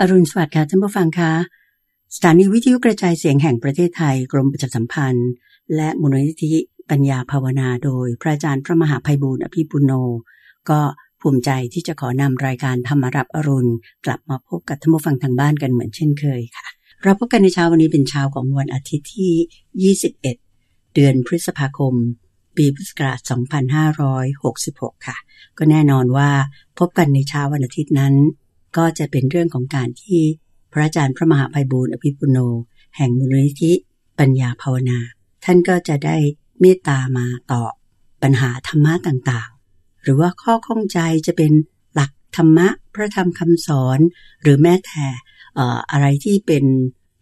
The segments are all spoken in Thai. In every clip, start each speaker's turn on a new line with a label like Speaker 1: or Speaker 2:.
Speaker 1: อรุณสวัสดิ์ค่ะท่านผู้ฟังคะสถานีวิทยุกระจายเสียงแห่งประเทศไทยกรมประชาสัมพันธ์ และมูลนิธิปัญญาภาวนาโดย พระอาจารย์พระมหาภัยบูร์อภิปุโน ก็ภูมิใจที่จะขอนำรายการธรรมรับอรุณ กลับมาพบกับท่านผู้ฟังทางบ้านกันเหมือนเช่นเคยค่ะ เราพบกันในเช้าวันนี้เป็นเช้าของวันอาทิตย์ที่ 21 เดือนพฤษภาคม ปีพุทธศักราช 2566 ค่ะ ก็แน่นอนว่าพบกันในเช้าวันอาทิตย์นั้น ก็จะเป็นเรื่องของการที่พระอาจารย์พระมหาไพบูลย์อภิปุโน แห่งมูลนิธิปัญญาภาวนา ท่านก็จะได้เมตตามาตอบปัญหาธรรมะต่างๆ หรือว่าข้อข้องใจจะเป็นหลักธรรมะพระธรรมคำสอน หรือแม้แต่เอ่ออะไรที่เป็น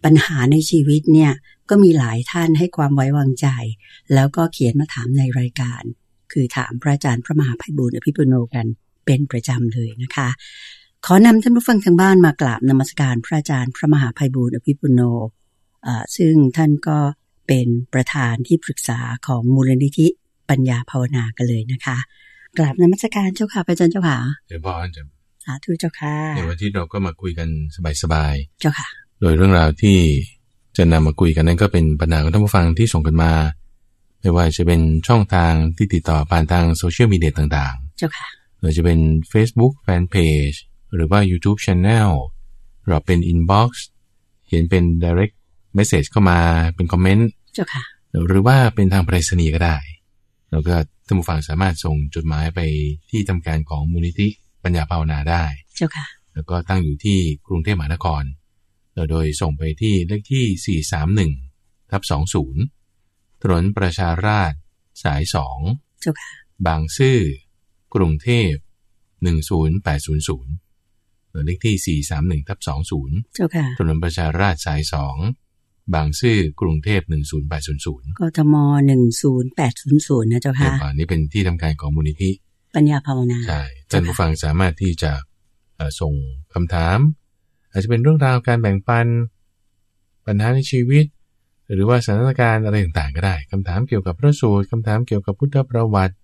Speaker 1: ปัญหาในชีวิตเนี่ยก็มีหลายท่านให้ความไว้วางใจ แล้วก็เขียนมาถามในรายการ คือถามพระอาจารย์พระมหาไพบูลย์อภิปุโนกันเป็นประจำเลยนะคะ ขอนำท่านผู้ฟังทางบ้านมากราบนมัสการพระอาจารย์พระมหาภัยบูร์อภิปุโนเอ่อซึ่งท่านก็เป็นประธานที่ปรึกษาของมูลนิธิปัญญาภาวนากันเลยนะคะ กราบนมัสการเจ้าค่ะพระอาจารย์เจ้าค่ะ
Speaker 2: เดี๋ยวพออาจารย์
Speaker 1: สาธุเจ้าค่ะ
Speaker 2: เดี๋ยววันที่เราก็มาคุยกันสบาย
Speaker 1: เจ้าค่ะ
Speaker 2: ๆ โดยเรื่องราวที่จะนำมาคุยกันนั้นก็เป็นปัญหาของท่านผู้ฟังที่ส่งกันมา ไม่ว่าจะเป็นช่องทางที่ติดต่อผ่านทางโซเชียลมีเดียต่าง
Speaker 1: เจ้าค่ะ
Speaker 2: ๆหรือจะเป็น Facebook Fanpage หรือว่า YouTube Channel หรือเป็น Inbox เขียนเป็น Direct Message เข้ามาเป็นคอมเมนต์
Speaker 1: เจ้าค่ะ
Speaker 2: หรือว่าเป็นทางไปรษณีย์ก็ได้ แล้วก็ท่านผู้ฟังสามารถส่งจดหมายไปที่ทำการของมูลนิธิปัญญาภาวนาได้
Speaker 1: เจ้าค่ะ
Speaker 2: แล้วก็ตั้งอยู่ที่กรุงเทพมหานคร โดยส่งไปที่เลขที่ 431ทับ20 ถนนประชาราษฎร์สาย
Speaker 1: เจ้าค่ะ
Speaker 2: 2 บางซื่อ กรุงเทพ 10800หรือเลขที่ 431ทับ20
Speaker 1: เจ้าค่ะ
Speaker 2: ถนนประชาราษฎร์สาย 2 บางซื่อ กรุงเทพ 10800
Speaker 1: กทมหนึ่งศูนย์แปดศูนย์ศูนย์นะเจ้า
Speaker 2: เดี๋ย
Speaker 1: ค่ะ
Speaker 2: วก่อนนี้เป็นที่ทำการของมูลนิธิ
Speaker 1: ปัญญาภาวนา
Speaker 2: ใช่ท่านผู้ฟังสามารถที่จะเอ่อส่งคำถาม อาจจะเป็นเรื่องราวการแบ่งปัน ปัญหาในชีวิต หรือว่าสถานการณ์อะไรต่างๆ ก็ได้คำถามเกี่ยวกับพระสูตรคำถามเกี่ยวกับพุทธประวัติ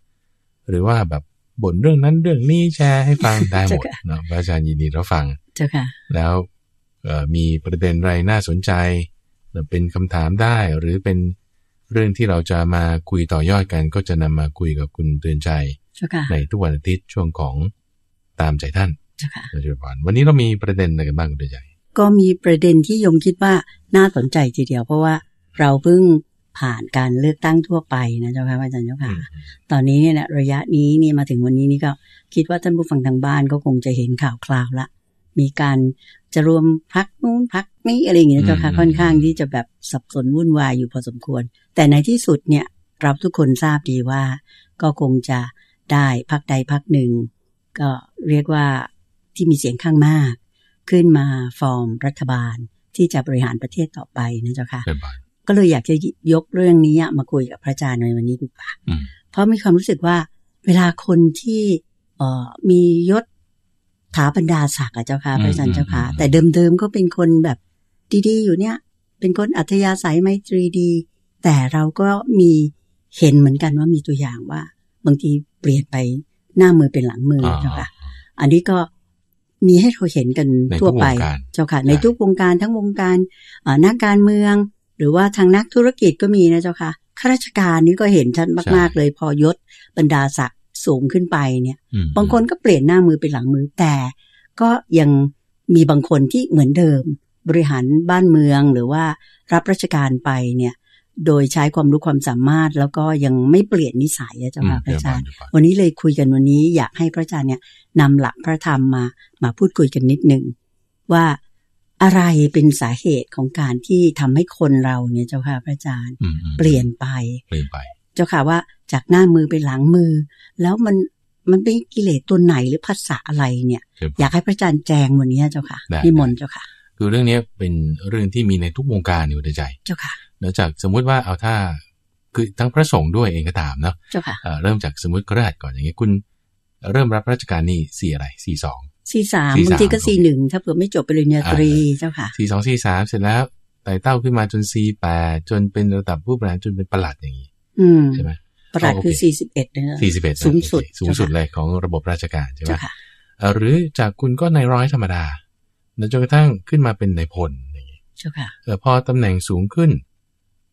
Speaker 2: หรือว่าแบบบ่นเรื่องนั้นเรื่องนี้แชร์ให้ฟัง ได้หมด
Speaker 1: เจ้าค่ะ
Speaker 2: เนาะพระอาจารย์ยินดีรับฟัง
Speaker 1: เจ้าค่ะ
Speaker 2: แล้วเอ่อมีประเด็นอะไรน่าสนใจหรือเป็นคำถามได้หรือเป็นเรื่องที่เราจะมาคุยต่อยอดกัน ก็จะนำมาคุยกับคุณเตือนใจ
Speaker 1: เจ้าค่ะ
Speaker 2: ในทุกวันอาทิตย์ช่วงของตามใจท่าน
Speaker 1: เจ้าค่ะ
Speaker 2: โดยเฉพาะวันนี้เรามีประเด็นอะไรกันบ้างคุณเดือนใจ
Speaker 1: ก็มีประเด็นที่ยงคิดว่าน่าสนใจทีเดียวเพราะว่าเราเพิ่งผ่านการเลือกตั้งทั่วไปนะเจ้าค่ะพระอาจารย์เจ้าค่ะ ตอนนี้เนี่ยนะระยะนี้นี่มาถึงวันนี้นี่ก็คิดว่าท่านผู้ฟังทางบ้านก็คงจะเห็นข่าวคราวละมีการจะรวมพักนู้นพักนี้อะไรอย่างเงี้ยนะเจ้าค่ะค่อนข้างที่จะแบบสับสนวุ่นวายอยู่พอสมควร แต่ในที่สุดเนี่ยเราทุกคนทราบดีว่า ก็คงจะได้พักใดพักหนึ่ง ก็เรียกว่าที่มีเสียงข้างมาก ขึ้นมาฟอร์มรัฐบาลที่จะบริหารประเทศต่อไปนะเจ้าค่ะ
Speaker 2: เดือนบาท
Speaker 1: ก็เลยอยากจะยกเรื่องนี้อะมาคุยกับพระอาจารย์ในวันนี้ดีกว่า
Speaker 2: อืม
Speaker 1: เพราะมีความรู้สึกว่า เวลาคนที่เอ่อมียศถาบรรดาศักดิ์อะเจ้าค่ะพระอาจารย์เจ้าค่ะ แต่เดิมๆก็เป็นคนแบบดีๆอยู่เนี่ย เป็นคนอัธยาศัยไมตรีดี แต่เราก็มีเห็นเหมือนกันว่ามีตัวอย่างว่า บางทีเปลี่ยนไปหน้ามือเป็นหลังมือ
Speaker 2: อ่า
Speaker 1: เจ้าค่ะ อันนี้ก็มีให้เราเห็นกัน
Speaker 2: ในทุก
Speaker 1: ทั่วไป
Speaker 2: วงการ
Speaker 1: เจ้าค่ะ
Speaker 2: ใช่
Speaker 1: ในทุกวงการทั้งวงการเอ่อนักการเมือง หรือว่าทางนักธุรกิจก็มีนะเจ้าค่ะข้าราชการนี่ก็เห็นชัดมาก ๆ เลยพอยศบรรดาศักดิ์สูงขึ้นไปเนี่ย
Speaker 2: อืม
Speaker 1: บางคนก็เปลี่ยนหน้ามือเป็นหลังมือแต่ ก็ยังมีบางคนที่เหมือนเดิม บริหารบ้านเมืองหรือว่ารับราชการไปเนี่ย โดยใช้ความรู้ความสามารถแล้วก็ยังไม่เปลี่ยนนิสัยอะเจ้าค่ะพ
Speaker 2: อื
Speaker 1: ระ
Speaker 2: ม
Speaker 1: อาจารย์
Speaker 2: เดี๋ยวก่อน
Speaker 1: วันนี้เลยคุยกันวันนี้อยากให้พระอาจารย์เนี่ยนำหลักพระธรรมมามาพูดคุยกันนิดหนึ่งว่าอะไรเป็นสาเหตุของการที่ทำให้คนเราเนี่ยเจ้าค่ะพระอาจารย์
Speaker 2: อืมอืม
Speaker 1: เปลี่ยนไป
Speaker 2: เปลี่ยนไป
Speaker 1: เจ้าค่ะว่าจากหน้ามือไปหลังมือ แล้วมันมันเป็นกิเลสตัวไหนหรือภาษาอะไรเนี่ย อยากให้พระอาจารย์แจงวันนี้เจ้าค่ะ
Speaker 2: ได้
Speaker 1: นิมนต์เจ้าค่ะ
Speaker 2: คือเรื่องนี้เป็นเรื่องที่มีในทุกวงการอยู่ในใจ
Speaker 1: เจ้าค่ะ
Speaker 2: แล้วจากสมมุติว่าเอาถ้าคือทั้งพระสงฆ์ด้วยเองก็ตามเนาะ
Speaker 1: เจ้าค่ะ
Speaker 2: เอ่อเริ่มจากสมมติกระดาษก่อนอย่างเงี้ยคุณ เริ่มรับราชการนี่สี่อะไรสี่สอง
Speaker 1: ซีสาม
Speaker 2: สี่สาม
Speaker 1: บางทีก็ซีหนึ่งถ้าเผื่อไม่จบปริญญาตรีเจ้าค่ะ
Speaker 2: สี่สองสี่สามเสร็จแล้วไต่เต้าขึ้นมาจนสี่แปดจนเป็นระดับผู้บริหารจนเป็นประหลัดอย่างนี้
Speaker 1: อืม
Speaker 2: ใช่ไหม
Speaker 1: ประหลัดคือ
Speaker 2: โอเค
Speaker 1: สี่สิบเอ็ดเนี่ย
Speaker 2: สี่สิบเอ็ด
Speaker 1: สูงสุด
Speaker 2: สูงสุดเลยของระบบราชการใช่ไหม
Speaker 1: เจ้าค่ะ
Speaker 2: เอ่อหรือจากคุณก็นายร้อยธรรมดา แล้วจนกระทั่งขึ้นมาเป็นนายพลอย่างนี้
Speaker 1: เจ้าค่ะ
Speaker 2: เออพอตำแหน่งสูงขึ้น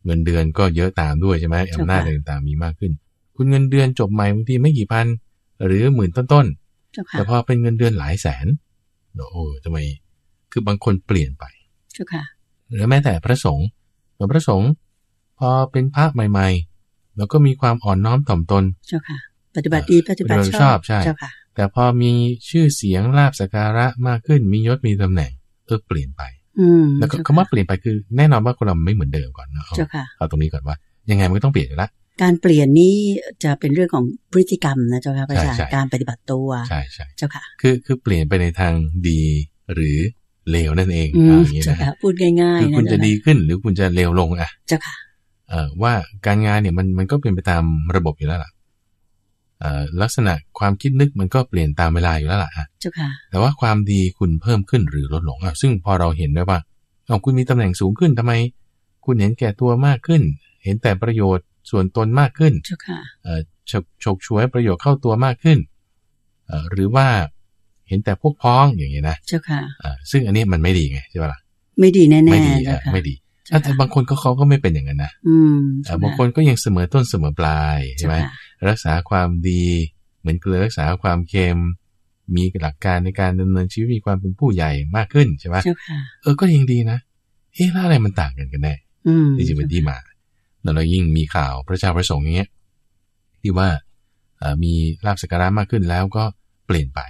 Speaker 2: เงินเดือนก็เยอะตามด้วยใช่ไหม
Speaker 1: ถูกค่ะ
Speaker 2: อำนาจอะไรต่างๆมีมากขึ้น คุณเงินเดือนจบใหม่บางทีไม่กี่พัน หรือหมื่นต้น
Speaker 1: เจ้า
Speaker 2: ๆ
Speaker 1: ค่ะ
Speaker 2: แต่พอเป็นเงินเดือนหลายแสนเนอะโอ้ทำไมคือบางคนเปลี่ยนไป
Speaker 1: เจ้าค่ะ
Speaker 2: หรือแม้แต่พระสงฆ์หรือพระสงฆ์พอเป็นพระใหม่ๆ แล้วก็มีความอ่อนน้อมถ่อมตน
Speaker 1: เจ้าค่ะ ปฏิบัติดีปฏิบัติ
Speaker 2: ปฏิบัติ
Speaker 1: ช
Speaker 2: ช
Speaker 1: อ
Speaker 2: อ
Speaker 1: บบ
Speaker 2: ใช่
Speaker 1: เจ้าค่ะ
Speaker 2: แต่พอมีชื่อเสียงลาบสกการะมากขึ้น มียศมีตำแหน่งเออเปลี่ยนไป
Speaker 1: อืม
Speaker 2: แล้วก็
Speaker 1: เจ้
Speaker 2: คำว่าเปลี่ยนไปคือแน่นอนว่าคนเราไม่เหมือนเดิมก่อนเนาะเอา
Speaker 1: เจ้าค่ะ
Speaker 2: เอาตรงนี้ก่อนว่า ยังไงมันก็ต้องเปลี่ยนอยู่ละ
Speaker 1: การเปลี่ยนนี้จะเป็นเรื่องของพฤติกรรมนะเจ้าค่ะพระอาจาร
Speaker 2: ใช่
Speaker 1: ย์
Speaker 2: ใช่
Speaker 1: การปฏิบัติตัว
Speaker 2: ใช่ใช่
Speaker 1: เจ้าค่ะ
Speaker 2: คือคือเปลี่ยนไปในทางดีหรือเลวนั่นเอง
Speaker 1: อื
Speaker 2: เอา
Speaker 1: ม
Speaker 2: อย่างนี้
Speaker 1: เจ้า
Speaker 2: นะ
Speaker 1: ค่ะ
Speaker 2: ฮะ
Speaker 1: พูดง่ายๆ
Speaker 2: คือคุณจะ
Speaker 1: น
Speaker 2: ดีขึ้นหรือคุณจะเลวลงอะ
Speaker 1: เจ้าค่ะ
Speaker 2: เอ่อว่าการงานเนี่ยมันมันก็เป็นไปตามระบบอยู่แล้วล่ะเอ่อลักษณะความคิดนึกมันก็เปลี่ยนตามเวลาอยู่แล้วล่ะอะ
Speaker 1: เจ้าค่ะ
Speaker 2: แต่ว่าความดีคุณเพิ่มขึ้นหรือลดลงอ่ะซึ่งพอเราเห็นได้ว่าเอาคุณมีตำแหน่งสูงขึ้นทำไม คุณเห็นแก่ตัวมากขึ้น เห็นแต่ประโยชน์ส่วนตนมากขึ้น
Speaker 1: เจ้าค่ะ
Speaker 2: เอ่อฉกฉกฉวยประโยชน์เข้าตัวมากขึ้นเอ่อหรือว่าเห็นแต่พวกพ้องอย่างเงี้ยนะ
Speaker 1: เจ้าค่ะ
Speaker 2: อ่าซึ่งอันนี้มันไม่ดีไงใช่ปะล่ะ
Speaker 1: ไม่ดีแน่
Speaker 2: ไม่ดี
Speaker 1: ๆเจ้า
Speaker 2: อ่ะ
Speaker 1: ค่ะ
Speaker 2: ไม่ดี
Speaker 1: เจ้า
Speaker 2: แต่
Speaker 1: ค่ะ
Speaker 2: บางคนก็เขาก็ไม่เป็นอย่างนั้นนะ
Speaker 1: อืม
Speaker 2: เอ่อบางคนก็ยังเสมอต้นเสมอปลายใช่ไหม
Speaker 1: เจ้าค่ะ
Speaker 2: รักษาความดีเหมือนเกลือรักษาความเค็ม มีหลักการในการดำเนินชีวิตมีความเป็นผู้ใหญ่มากขึ้นใช่ไหม
Speaker 1: เจ้าค่ะ
Speaker 2: เออก็ยังดีนะเอ๊ะแล้วอะไรมันต่างกันกันแน่
Speaker 1: อืม
Speaker 2: นี่จึงเป็นที่มาแล้วเรายิ่งมีข่าวพระเจ้าพระสงฆ์อย่างเงี้ยที่ว่าเอ่อมีลาบสักการะมากขึ้นแล้วก็เปลี่ยนไป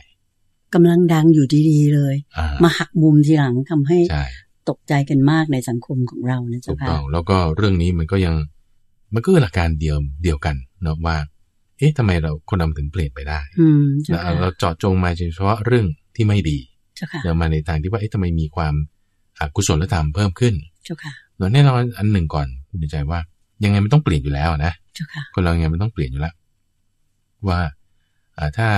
Speaker 1: กำลังดังอยู่ดีๆเลย
Speaker 2: อ่า
Speaker 1: มาหักมุมทีหลังทำให้
Speaker 2: ใช่
Speaker 1: ตกใจกันมากในสังคมของเรานะ
Speaker 2: ถู
Speaker 1: เจ้าก ค่ะ
Speaker 2: ต้องแล้วก็เรื่องนี้มันก็ยังมันก็คือหลักการเดียวเดียวกันเนาะว่า เอ๊ะทำไมเราคนเราถึงเปลี่ยนไปได้
Speaker 1: อืมเจ้า
Speaker 2: เรา
Speaker 1: ค่ะ
Speaker 2: เราเจาะจงมาเฉพาะเรื่องที่ไม่ดี
Speaker 1: เจ้าค่ะ
Speaker 2: เรามาในทางที่ว่าเอ๊ะทำไมมีความอกุศลธรรมเพิ่มขึ้น
Speaker 1: เจ้าค่ะ
Speaker 2: เราแน่นอนอันหนึ่งก่อนคุณใจว่า ยังไงมันต้องเปลี่ยนอยู่แล้วนะ
Speaker 1: เจ้าค่ะ
Speaker 2: คนเรายังไงมันต้องเปลี่ยนอยู่แล้ว ว่าอ่าถ้า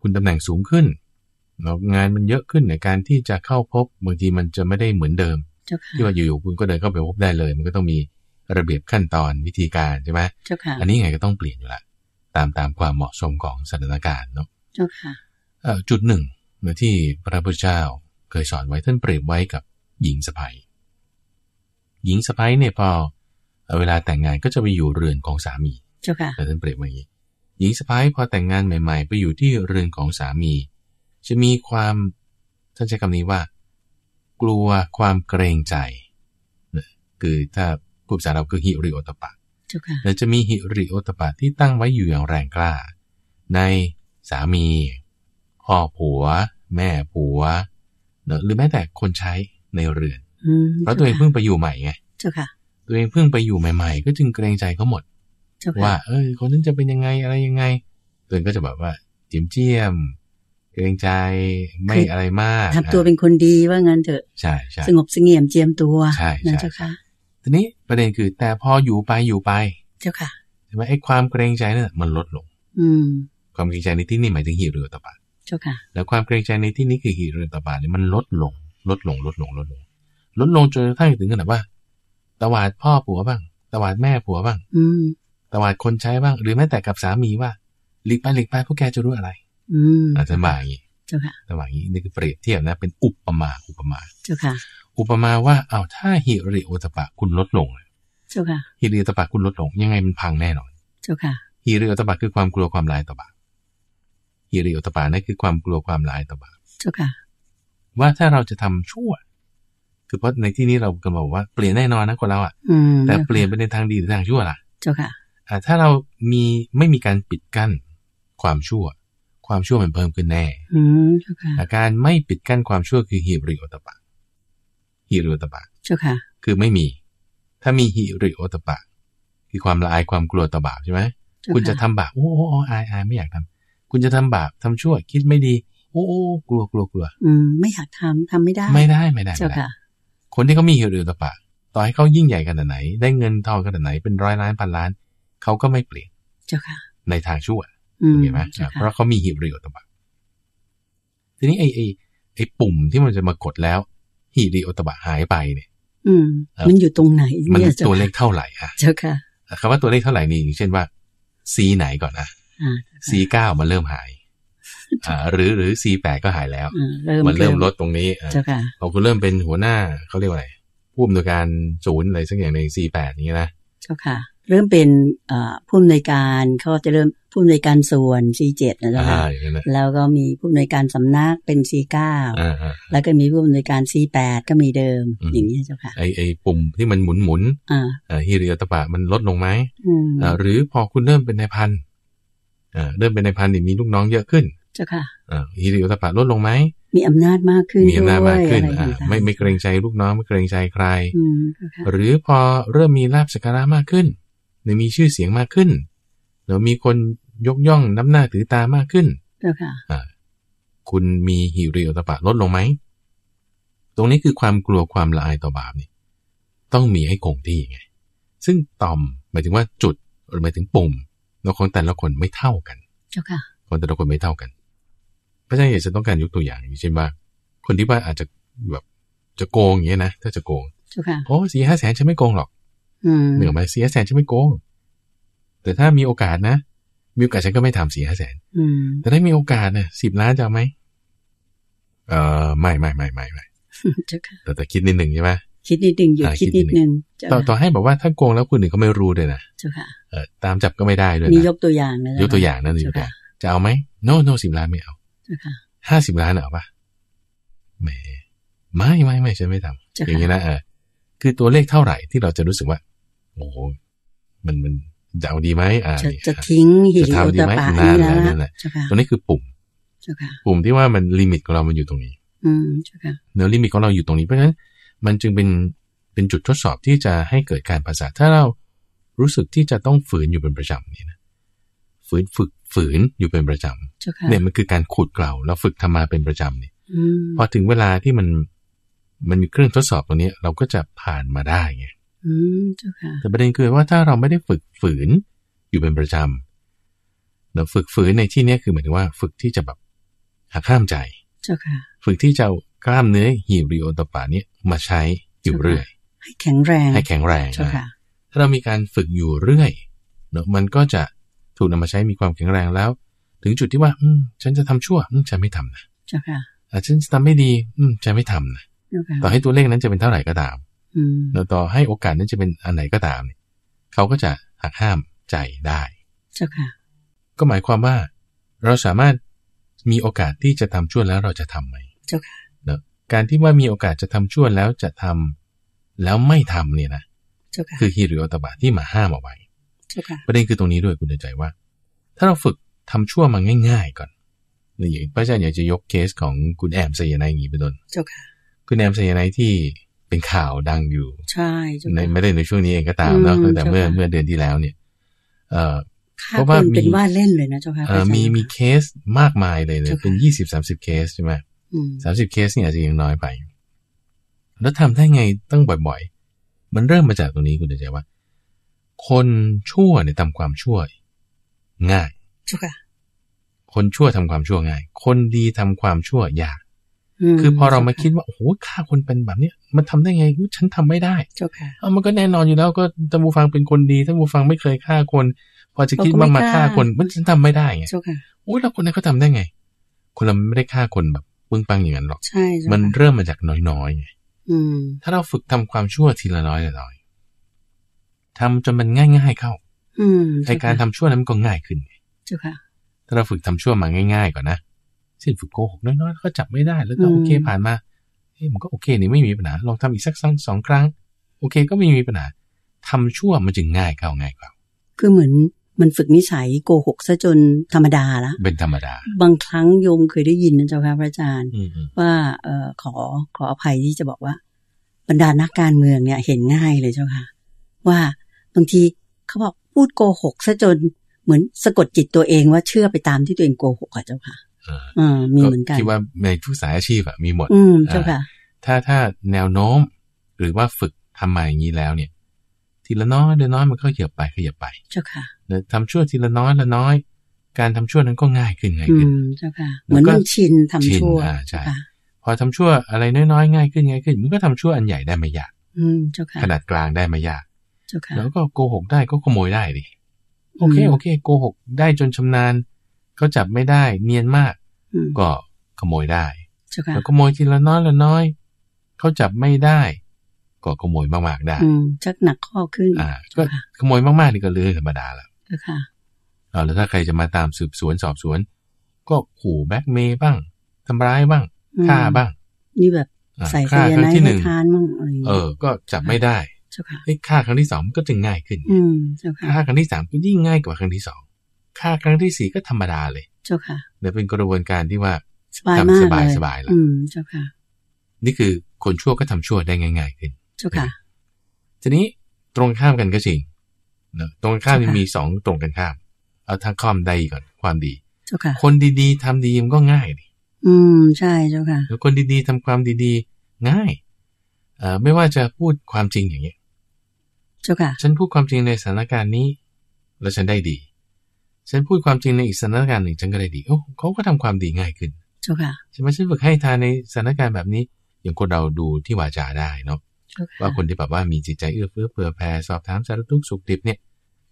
Speaker 2: คุณตำแหน่งสูงขึ้นแล้วงานมันเยอะขึ้นในการที่จะเข้าพบบางทีมันจะไม่ได้เหมือนเดิม
Speaker 1: เจ้าค่ะ
Speaker 2: ที่ว่าอยู่ๆคุณก็เดินเข้าไปพบได้เลย มันก็ต้องมีระเบียบขั้นตอนวิธีการใช่ไหม
Speaker 1: เจ้าค่ะ
Speaker 2: อันนี้ยังไงก็ต้องเปลี่ยนอยู่ละตามตามความเหมาะสมของสถานการณ์เนาะ
Speaker 1: เจ้าค่ะ
Speaker 2: เอ่อจุดหนึ่งนะที่พระพุทธเจ้าเคยสอนไว้ท่านเปรียบไว้กับหญิงสะใภ้หญิงสะใภ้เนี่ยพอเอ่อเวลาแต่งงานก็จะไปอยู่เรือนของสามี
Speaker 1: เจ้าค่ะ
Speaker 2: แต่ท่านเปรียบไว้อย่างนี้หญิงสะใภ้พอแต่งงานใหม่ ๆ ไปอยู่ที่เรือนของสามี จะมีความท่านใช้คำนี้ว่า กลัวความเกรงใจนะคือถ้าพูดภาษาเราคือฮิริโอตปะ
Speaker 1: เจ้าค่ะ
Speaker 2: และจะมีหิริโอตปาที่ตั้งไว้อยู่อย่างแรงกล้า ในสามีพ่อผัว แม่ผัวเนอะหรือแม้แต่คนใช้ในเรือน
Speaker 1: อืม
Speaker 2: เพราะตัวเองเพิ่งไปอยู่ใหม่ไง
Speaker 1: เจ้าค่ะ
Speaker 2: ตัวเองเพิ่งไปอยู่ใหม่ ๆ ก็จึงเกรงใจเขาหมด
Speaker 1: เจ้าค่ะ
Speaker 2: ว่า เออคนนั้นจะเป็นยังไงอะไรยังไง ตัวเองก็จะแบบว่าเจียมเจียมๆเกรงใจไม่อะไรมาก
Speaker 1: ทำตัวเป็นคนดีว่างั้นเถอะ
Speaker 2: ใช่ใช่
Speaker 1: สงบเสงี่ยมเจียมตัว
Speaker 2: ใช่ใช่
Speaker 1: นะเจ้าค่ะ
Speaker 2: ทีนี้ประเด็นคือแต่พออยู่ไปอยู่ไป
Speaker 1: เจ้าค่ะ
Speaker 2: ใช่ไหมไอ้ความเกรงใจนั่นนะมันลดลง
Speaker 1: อืม
Speaker 2: ความเกรงใจในที่นี่หมายถึงหิริโอตปา
Speaker 1: เจ้าค่ะ
Speaker 2: แล้วความเกรงใจในที่นี้คือหิริตบาเนี่ยมันลดลง ลดลง ลดลง ลดลง ลดลงจนกระทั่งถึงขนาดว่าตวาดพ่อผัวบ้างตวาดแม่ผัวบ้าง
Speaker 1: อืม
Speaker 2: ตวาดคนใช้บ้าง หรือแม้แต่กับสามีว่าหลีกไปหลีกไปพวกแกจะรู้อะไร
Speaker 1: อืม
Speaker 2: อาจารย์บ่ายอย่างนี้
Speaker 1: เจ้าค่ะ
Speaker 2: ระหว่างนี้นี่คือเปรียบเทียบนะเป็นอุปมาอุปมา
Speaker 1: เจ้าค่ะ
Speaker 2: อุปมาว่าเอาวถ้าหิริโอตปะคุณลดลง
Speaker 1: เจ้าค่ะ
Speaker 2: หิริโอตปะคุณลดลง ยังไงมันพังแน่นอน
Speaker 1: เจ้าค่ะ
Speaker 2: ฮีริโอตบะคือความกลัวความร้ายต่อบาปฮีริโอตบะนั่นคือความกลัวความร้ายต่อบาป
Speaker 1: เจ้าค่ะ
Speaker 2: ว่าถ้าเราจะทำชั่ว คือเพราะในที่นี้เรากำลังบอกว่าเปลี่ยนแน่นอนนะคนเราอ่ะ
Speaker 1: อืม
Speaker 2: แต่เปลี่ยนไปในทางดีหรือทางชั่วล่ะ
Speaker 1: เจ้าค่ะ
Speaker 2: อ่ะถ้าเรามีไม่มีการปิดกั้นความชั่ว ความชั่วมันเพิ่มขึ้นแน่
Speaker 1: อืมเจ้าค่ะ
Speaker 2: อาการไม่ปิดกั้นความชั่วคือฮีริโอตบะฮีริโอตบะ
Speaker 1: เจ้าค่ะ
Speaker 2: คือไม่มี ถ้ามีฮีริโอตบะคือความละอายความกลัวต่อบาปใช่ไหม
Speaker 1: เจ้า
Speaker 2: คุณจะทำบาปโอ้โอ้โอ้อายอายไม่อยากทำคุณจะทำบาปทำชั่วคิดไม่ดี โอ้โอ้กลัวกลัวกลัว
Speaker 1: อืม ไม่อยากทำทำไม่ได้
Speaker 2: ไม่ได้ไม่ได้
Speaker 1: เจ้า
Speaker 2: ไม่ได้
Speaker 1: ค่ะ
Speaker 2: คนที่เขามีฮิริโอตปะ ต่อให้เขายิ่งใหญ่ขนาดไหน ได้เงินทองขนาดไหนเป็นร้อยล้านพันล้านเขาก็ไม่เปลี่ยน
Speaker 1: เจ้าค่ะ
Speaker 2: ในทางชั่ว
Speaker 1: อืม
Speaker 2: เห็นไหม
Speaker 1: เจ้า
Speaker 2: เพ
Speaker 1: ค่ะ
Speaker 2: ราะเขามีฮิริโอตปะทีนี้ไอ้ไอ้ไอ้ปุ่มที่มันจะมากดแล้วฮิริโอตปะหายไปเนี่ย
Speaker 1: อืม
Speaker 2: เอ่อ
Speaker 1: มันอยู่ตรงไหน
Speaker 2: มัน
Speaker 1: เนี่ยเจ้า
Speaker 2: ตัวเล
Speaker 1: ค่ะ
Speaker 2: ขเท่าไหร่อะ
Speaker 1: เจ้าค่ะ
Speaker 2: คำว่าตัวเลขเท่าไหร่นี่อย่างเช่นว่าซีไหนก่อนอะ
Speaker 1: อ่า
Speaker 2: ซีเก้ามันเริ่มหาย อ่าหรือหรือ C8 ก็หายแล้ว
Speaker 1: อ่าเริ่ม
Speaker 2: มันเริ่มลดตรงนี้อ่า
Speaker 1: เจ้าค่ะ
Speaker 2: พอคุณเริ่มเป็นหัวหน้าเขาเรียกว่าอะไรผู้อำนวยการศูนย์อะไรสักอย่างใน C8 อย่างนี้นะ
Speaker 1: เจ้าค่ะ เริ่มเป็นเอ่อผู้อำนวยการเขาจะเริ่มผู้อำนวยการส่วน C7 นะเจ้า
Speaker 2: อ่า
Speaker 1: ค่ะ
Speaker 2: อย่างนั้นนะ
Speaker 1: แล้วก็มีผู้อำนวยการสำนักเป็น C9
Speaker 2: อ่าอ่า
Speaker 1: แล้วก็มีผู้อำนวยการ C8 ก็มีเดิม
Speaker 2: อืม
Speaker 1: อย่างนี้ยเจ้าค่ะ
Speaker 2: ไอไอปุ่มที่มันหมุนหมุน
Speaker 1: อ่า
Speaker 2: ๆอ่าฮิริอัตปะมันลดลงไหม
Speaker 1: อืม
Speaker 2: อ่าหรือพอคุณเริ่มเป็นนายพันอ่าเริ่มเป็นนายพันนี่มีลูกน้องเยอะขึ้น
Speaker 1: เจ้าค่ะ
Speaker 2: อ่าฮิริอัตปะลดลงไหม
Speaker 1: มีอำนาจมากขึ้น
Speaker 2: มีอำนาจมากขึ้น
Speaker 1: ด้วยอะ
Speaker 2: อ่า
Speaker 1: ไรต่างๆ
Speaker 2: ไม่ไม่เกรงใจลูกน้องไม่เกรงใจใคร
Speaker 1: อืมเจ้าค่ะ
Speaker 2: หรือพอเริ่มมีลาบสักการะมากขึ้นหรือมีชื่อเสียงมากขึ้นหรือมีคนยกย่องน้ำหน้าถือตามากขึ้น
Speaker 1: เจ้าค่ะ
Speaker 2: คุณมีหิริโอตปะลดลงไหม ตรงนี้คือความกลัวความละอายต่อบาปนี่ต้องมีให้คงที่ไง ซึ่งต่อมหมายถึงว่าจุดหรือหมายถึงปุ่มเราของแต่ละคนไม่เท่ากัน
Speaker 1: เจ้าค่ะ
Speaker 2: คนแต่ละคนไม่เท่ากัน เพราะฉะนั้นอยากจะต้องการยกตัวอย่างอย่างเช่นว่า คนที่ว่าอาจจะแบบจะโกงอย่างเงี้ยนะถ้าจะโกง
Speaker 1: เจ้าค่ะ
Speaker 2: โอ้สี่ห้าแสนฉันไม่โกงหรอก
Speaker 1: อืม
Speaker 2: หนึ่งมาสี่ห้าแสนฉันไม่โกง แต่ถ้ามีโอกาสนะ มีโอกาสฉันก็ไม่ทำสี่ห้าแสน
Speaker 1: อืม
Speaker 2: แต่ถ้ามีโอกาสนะสิบล้านจะเอาไหม เออไม่ไม่ไม่ไม่ไม่
Speaker 1: เจ้าค่ะ
Speaker 2: แต่แต่คิดนิดหนึ่งใช่ไหม
Speaker 1: คิดนิดหนึ่งหยุด
Speaker 2: อ่า
Speaker 1: คิด
Speaker 2: คิ
Speaker 1: นิ
Speaker 2: ด
Speaker 1: ด
Speaker 2: นิดห
Speaker 1: ห
Speaker 2: นึ่
Speaker 1: นึ่
Speaker 2: ง
Speaker 1: ง
Speaker 2: ต่อ
Speaker 1: เจ้า
Speaker 2: ต่
Speaker 1: ค่ะ
Speaker 2: อให้แบบว่าถ้าโกงแล้วคนอื่นเขาไม่รู้ด้วยนะ
Speaker 1: เจ้าค่ะ
Speaker 2: เออตามจับก็ไม่ได้ด้วย
Speaker 1: นี่
Speaker 2: นะ
Speaker 1: ยกตัวอย่างนะ
Speaker 2: ยกตัวอย่างนะย
Speaker 1: เจ้าก
Speaker 2: ตัวอ
Speaker 1: ค่ะ
Speaker 2: ย่างจะเอาไหมโนโนสิบล้านไม่เอา
Speaker 1: เจ้าค่ะ
Speaker 2: ห้าสิบล้านเอาปะแหมไม่ไม่ไม่ฉันไม่ทำ
Speaker 1: เจ้า
Speaker 2: อ
Speaker 1: ค่ะ
Speaker 2: ย่างนี้นะเออคือตัวเลขเท่าไหร่ที่เราจะรู้สึกว่า โอ้โหมันมันจะเอาดีไหมอ่า
Speaker 1: จะ
Speaker 2: นี่
Speaker 1: จะ
Speaker 2: อ่ะ
Speaker 1: ทิ้งหิริ
Speaker 2: จะ
Speaker 1: โอ
Speaker 2: ทำดี
Speaker 1: ต
Speaker 2: ไหม
Speaker 1: ปะ
Speaker 2: นั่
Speaker 1: นี่
Speaker 2: นแห
Speaker 1: แล้ว
Speaker 2: ละนั่นแหละ
Speaker 1: เจ้าค่ะ
Speaker 2: ตัวนี้คือปุ่ม
Speaker 1: เจ้าค่ะ
Speaker 2: ปุ่มที่ว่ามันลิมิตของเรามันอยู่ตรงนี้
Speaker 1: อืม เจ้าค่ะ
Speaker 2: เนื้อลิมิตของเราอยู่ตรงนี้เพราะฉะนั้นมันจึงเป็นเป็นจุดทดสอบที่จะให้เกิดการภาษาถ้าเรารู้สึกที่จะต้องฝืนอยู่เป็นประจำเนี่ยนะฝืนฝึกฝืนอยู่เป็นประจ
Speaker 1: เจ้า
Speaker 2: ำ
Speaker 1: ค่ะ
Speaker 2: เนี่ยมันคือการขุดเกลาแล้วฝึกทำมาเป็นประจำเนี่ย
Speaker 1: อืม
Speaker 2: พอถึงเวลาที่มันมันมีเครื่องทดสอบตรงนี้เราก็จะผ่านมาได้ไง
Speaker 1: อืม เจ้าค่ะ
Speaker 2: แต่ประเด็นคือว่าถ้าเราไม่ได้ฝึกฝืนอยู่เป็นประจำเราฝึกฝืนในที่เนี้ยคือหมายถึงว่าฝึกที่จะแบบหักห้ามใจ
Speaker 1: เจ้าค่ะ
Speaker 2: ฝึกที่จะเอากล้ามเนื้อหิริโอตปาเนี่ยมาใช้อยู่เรื่อย
Speaker 1: ให้แข็งแรง
Speaker 2: ให้แข็งแรง
Speaker 1: เจ้าค่ะ
Speaker 2: นะถ้าเรามีการฝึกอยู่เรื่อยเนอะมันก็จะถูกนำมาใช้มีความแข็งแรงแล้ว ถึงจุดที่ว่าอืมฉันจะทำชั่วอืมฉันไม่ทำนะ
Speaker 1: เจ้าค่ะ
Speaker 2: อ่ะฉันจะทำไม่ดีอืมฉันไม่ทำนะ
Speaker 1: เจ้าค่ะ
Speaker 2: ต่อให้ตัวเลขนั้นจะเป็นเท่าไหร่ก็ตาม
Speaker 1: อืม
Speaker 2: แล้วต่อให้โอกาสนั้นจะเป็นอันไหนก็ตามเนี่ยเขาก็จะหักห้ามใจได้
Speaker 1: เจ้าค่ะ
Speaker 2: ก็หมายความว่า เราสามารถมีโอกาสที่จะทำชั่วแล้วเราจะทำไหม
Speaker 1: เจ้าค่ะ
Speaker 2: เนอะการที่ว่ามีโอกาสจะทำชั่วแล้วจะทำแล้วไม่ทำเนี่ยนะ
Speaker 1: เจ้าค่ะ
Speaker 2: คือฮิริโอตบะที่มาห้ามเอาไว้
Speaker 1: เจ้าค่ะ
Speaker 2: ประเด็นคือตรงนี้ด้วยคุณเดินใจว่า ถ้าเราฝึกทำชั่วมาง่าย ๆ ก่อนนี่อย่างพระอาจารย์อยากจะยกเคสของคุณแอมสายนายอย่างนี้เป็นต้น
Speaker 1: เจ้าค่ะ
Speaker 2: คุณแอมสายนายที่เป็นข่าวดังอยู่
Speaker 1: ใช่เจ้า
Speaker 2: ใน
Speaker 1: ค่ะ
Speaker 2: ไม่ได้ในช่วงนี้เองก็ตามเนาะ
Speaker 1: อืม
Speaker 2: ตั้งแต่เมื่อ
Speaker 1: เจ้าค่ะ
Speaker 2: เมื่อเดือนที่แล้วเนี่ย เอ่อ
Speaker 1: ค่า
Speaker 2: เพราะ
Speaker 1: ค
Speaker 2: ว่าน มี
Speaker 1: เป็นว่าเล่นเลยนะเจ้าค่ะ
Speaker 2: เอ่อ
Speaker 1: พระาจารย์
Speaker 2: มีมีเคสมากมายเลยเนี่ย
Speaker 1: เจ้าค่ะ
Speaker 2: เป็นยี่สิบสามสิบเคสใช่ไหม
Speaker 1: อืม
Speaker 2: สามสิบเคสเนี่ยอาจจะยังน้อยไป แล้วทำได้ไงตั้งบ่อยๆ มันเริ่มมาจากตรงนี้คุณเดชใจว่า คนชั่วเนี่ยทำความชั่วง่าย
Speaker 1: เจ้าค่ะ
Speaker 2: คนชั่วทำความชั่วง่าย คนดีทำความชั่วยาก
Speaker 1: ม
Speaker 2: คือพอเรามาคิดว่าโอ้โหฆ่าคนเป็นแบบเนี้ยมันทำได้ไงอุ๊ยฉันทำไม่ได้
Speaker 1: เจ้าค่ะ
Speaker 2: เอามันก็แน่นอนอยู่แล้วก็ท่านผู้ฟังเป็นคนดีท่านผู้ฟังไม่เคยฆ่าคน พอจะคิดว่ามาฆ่าคนมันจะทำไม่ได้ไง
Speaker 1: เจ้าค่ะ
Speaker 2: โอ้ยแล้วคนนั้นเขาทำได้ไง คนเราไม่ได้ฆ่าคนแบบปึ้งปังอย่างนั้นหรอก
Speaker 1: ใช่เจ้าค่ะ
Speaker 2: มันเริ่มมาจากน้อยๆไง
Speaker 1: อืม
Speaker 2: ถ้าเราฝึกทำความชั่วทีละน้อยละน้อยทำจนมันง่ายๆเข้า
Speaker 1: อืม
Speaker 2: ไอการทำชั่วนั้นมันก็ง่ายขึ้น
Speaker 1: เจ้าค่ะ
Speaker 2: ถ้าเราฝึกทำชั่วมาง่าย ๆ ก่อนนะเช่นฝึกโกหกน้อยๆแล้วก็จับไม่ได้แล้วก็
Speaker 1: อืม
Speaker 2: โอเคผ่านมาเอ้มันก็โอเคนี่ไม่มีปัญหาลองทำอีกสักสองสองครั้ง โอเคก็ไม่มีปัญหาทำชั่วมันจึงง่ายเข้าง่ายกว่า
Speaker 1: คือเหมือนมันฝึกนิสัยโกหกซะจนธรรมดาละ
Speaker 2: เป็นธรรมดา
Speaker 1: บางครั้งโยมเคยได้ยินนะเจ้าค่ะพระอาจารย์
Speaker 2: อืม
Speaker 1: ว่าเออขอขออภัยที่จะบอกว่า บรรดานักการเมืองเนี่ยเห็นง่ายเลยเจ้าค่ะ ว่าบางทีเขาบอกพูดโกหกซะจนเหมือนสะกดจิตตัวเองว่าเชื่อไปตามที่ตัวเองโกหกอะเจ้าค่ะอ่ามีเหมือนกัน
Speaker 2: คิดว่าในทุกสายอาชีพอะมีหมด
Speaker 1: อืมเจ้าค่ะ
Speaker 2: ถ้าถ้าแนวโน้ม หรือว่าฝึกทำมาอย่างนี้แล้วเนี่ย ทีละน้อยเดน้อยมันก็ขยับไปขยับไป
Speaker 1: เจ้าค่ะ
Speaker 2: แล้วทำชั่วทีละน้อยละน้อย การทำชั่วนั้นก็ง่ายขึ้นง่าย
Speaker 1: อื
Speaker 2: ขึ้น
Speaker 1: มเจ้าค่ะเหมื
Speaker 2: แล้วก็
Speaker 1: อนมันชินทำชั่ว
Speaker 2: ชินอ่าใช่
Speaker 1: เจ้าค่ะ
Speaker 2: พอทำชั่วอะไรน้อยๆง่ายขึ้นง่ายขึ้น มันก็ทำชั่วอันใหญ่ได้ไม่ยาก
Speaker 1: อืมเจ้าค่ะ
Speaker 2: ขนาดกลางได้ไม่ยาก
Speaker 1: เจ้าค่ะ
Speaker 2: แล้วก็โกหกได้ก็ขโมยได้ดิโอเค
Speaker 1: อืม
Speaker 2: โอเคโกหกได้จนชำนาญเขาจับไม่ได้ เนียนมาก
Speaker 1: อืม
Speaker 2: ก็ขโมยได้
Speaker 1: เจ้าค่ะ
Speaker 2: แล้วขโมยทีละน้อยละน้อย เขาจับไม่ได้ ก็ขโมยมากๆได้
Speaker 1: อืมชักหนักข้อขึ้น
Speaker 2: อ่า ก็ขโมยมากๆนี่ก็เรื่องธรรมดาละ
Speaker 1: เจ้าค่ะ
Speaker 2: เอาแล้วถ้าใครจะมาตามสืบสวนสอบสวน ก็ขู่แบล็กเมย์บ้างทำร้ายบ้าง
Speaker 1: อืม
Speaker 2: ฆ่าบ้าง
Speaker 1: นี่แบบ
Speaker 2: อ่ะ
Speaker 1: ใส่
Speaker 2: ฆ่า
Speaker 1: สาย
Speaker 2: ครั้
Speaker 1: นางย
Speaker 2: ที่ห
Speaker 1: ให้
Speaker 2: นึ่ง
Speaker 1: ทานมั่งอะไรอย่าง
Speaker 2: เอ
Speaker 1: เงี้ย
Speaker 2: อ ก็จับไม่ได้
Speaker 1: เจ้าค่ะ
Speaker 2: ไอ้ฆ่าครั้งที่สองก็จึงง่ายขึ้น
Speaker 1: อืมเจ้าค่ะ
Speaker 2: ฆ่าครั้งที่สามก็ยิ่งง่ายกว่าครั้งที่สองฆ่าครั้งที่สี่ก็ธรรมดาเลย
Speaker 1: เจ้าค่ะ
Speaker 2: เนี่ยเป็นกระบวนการที่ว่า
Speaker 1: สบายมาก
Speaker 2: ทำสบา
Speaker 1: เลย ย
Speaker 2: สบายๆละ
Speaker 1: อืมเจ้าค่ะ
Speaker 2: นี่คือคนชั่วก็ทำชั่วได้ง่ายๆขึ้น
Speaker 1: เจ้าค่ะ
Speaker 2: ทีนี้ตรงข้ามกันก็จริงนะตรงข้ามนี่
Speaker 1: ค่ะ
Speaker 2: มีสองตรงกันข้าม เอาทางความดีก่อนความดี
Speaker 1: เจ้าค่ะ
Speaker 2: คนดีๆทำดีมันก็ง่ายดิ
Speaker 1: อืมใช่เจ้าค่ะ
Speaker 2: แล้วคนดีๆทำความดีๆ ง่ายเอ่อไม่ว่าจะพูดความจริงอย่างเงี้ย
Speaker 1: เจ้าค่ะ
Speaker 2: ฉันพูดความจริงในสถานการณ์นี้ แล้วฉันได้ดี ฉันพูดความจริงในอีกสถานการณ์หนึ่งฉันก็ได้ดีโอ้เขาก็ทำความดีง่ายขึ้น
Speaker 1: เจ้าค่ะ
Speaker 2: ใช่ไหมฉันฝึกให้ทานในสถานการณ์แบบนี้ อย่างคนเราดูที่วาจาได้เนาะ
Speaker 1: เจ้าค่ะ
Speaker 2: ว่าคนที่แบบว่ามีจิตใจเอื้อเฟื้อเผื่อแผ่สอบถามสารทุกข์สุขดิบเนี่ย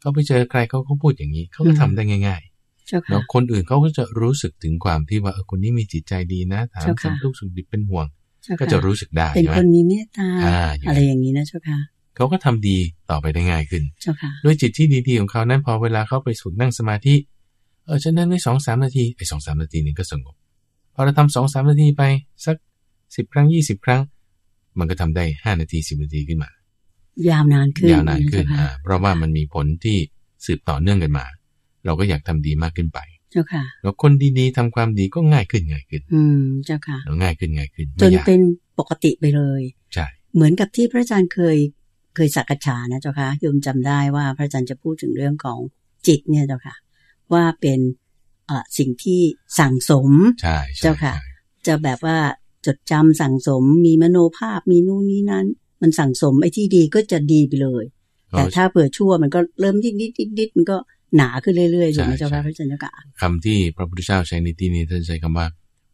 Speaker 2: เขาไปเจอใครเขาเขาพูดอย่างนี้เขาก็ทำได้ง่าย ๆ
Speaker 1: เจ้าค่ะ
Speaker 2: เนาะคนอื่นเขาก็จะรู้สึกถึงความที่ว่าเออคนนี้มีจิตใจดีนะถาม
Speaker 1: เจ้าค่ะ
Speaker 2: สารทุกข์สุขดิบเป็นห่วง
Speaker 1: เจ้า
Speaker 2: ก็
Speaker 1: ค่ะ
Speaker 2: จะรู้สึกได้
Speaker 1: เป็น
Speaker 2: ใช่ไห
Speaker 1: ค
Speaker 2: ม
Speaker 1: นมีเมตตา
Speaker 2: อ่าอย่างนั้น
Speaker 1: อะไรอย่างนี้นะเจ้าค่ะ
Speaker 2: เขาก็ทำดีต่อไปได้ง่ายขึ้น
Speaker 1: เจ้าค่ะ
Speaker 2: ด้วยจิตที่ดีๆของเขานั้นพอเวลาเขาไปฝึกนั่งสมาธิเออฉันนั่งได้สองสามนาทีไอ้สองสามนาทีนึงก็สงบพอเราทำสองสามนาทีไปสักสิบครั้งยี่สิบครั้ง มันก็ทำได้ห้านาทีสิบนาทีขึ้นมาย
Speaker 1: าวนานขึ้น
Speaker 2: ยาวนานขึ้น
Speaker 1: เจ้า
Speaker 2: อ่า
Speaker 1: ค่ะ
Speaker 2: เพราะว่ามันมีผลที่สืบต่อเนื่องกันมา เราก็อยากทำดีมากขึ้นไป
Speaker 1: เจ้าค่ะ
Speaker 2: แล้วคนดีๆทำความดีก็ง่ายขึ้นง่ายขึ้น
Speaker 1: อืมเจ้าค่ะ
Speaker 2: แล้วง่ายขึ้นง่ายขึ้น
Speaker 1: จ
Speaker 2: ไม่
Speaker 1: น
Speaker 2: ยาก
Speaker 1: เป็นปกติไปเลย
Speaker 2: ใช่
Speaker 1: เหมือนกับที่พระอาจารย์เคยเคยสักกะฉานะเจ้าค่ะโยมจำได้ว่าพระอาจารย์จะพูดถึงเรื่องของจิตเนี่ยเจ้าค่ะ ว่าเป็นเอ่อสิ่งที่สั่งสม
Speaker 2: ใช่ใช่
Speaker 1: เจ้าค่ะ
Speaker 2: ใช่
Speaker 1: จะแบบว่าจดจำสั่งสม มีมโนภาพมีนู่นนี่นั้น มันสั่งสมไอ้ที่ดีก็จะดีไปเลย แต่ถ้าเปิดชั่วมันก็เริ่มดิดดิดดิดดิดมันก็หนาขึ้นเรื่อยๆอยู่นะเจ้าค่ะพระอาจารย์เจ้าค่ะ
Speaker 2: คำที่พระพุทธเจ้าใช้ในที่นี้ท่านใช้คำว่า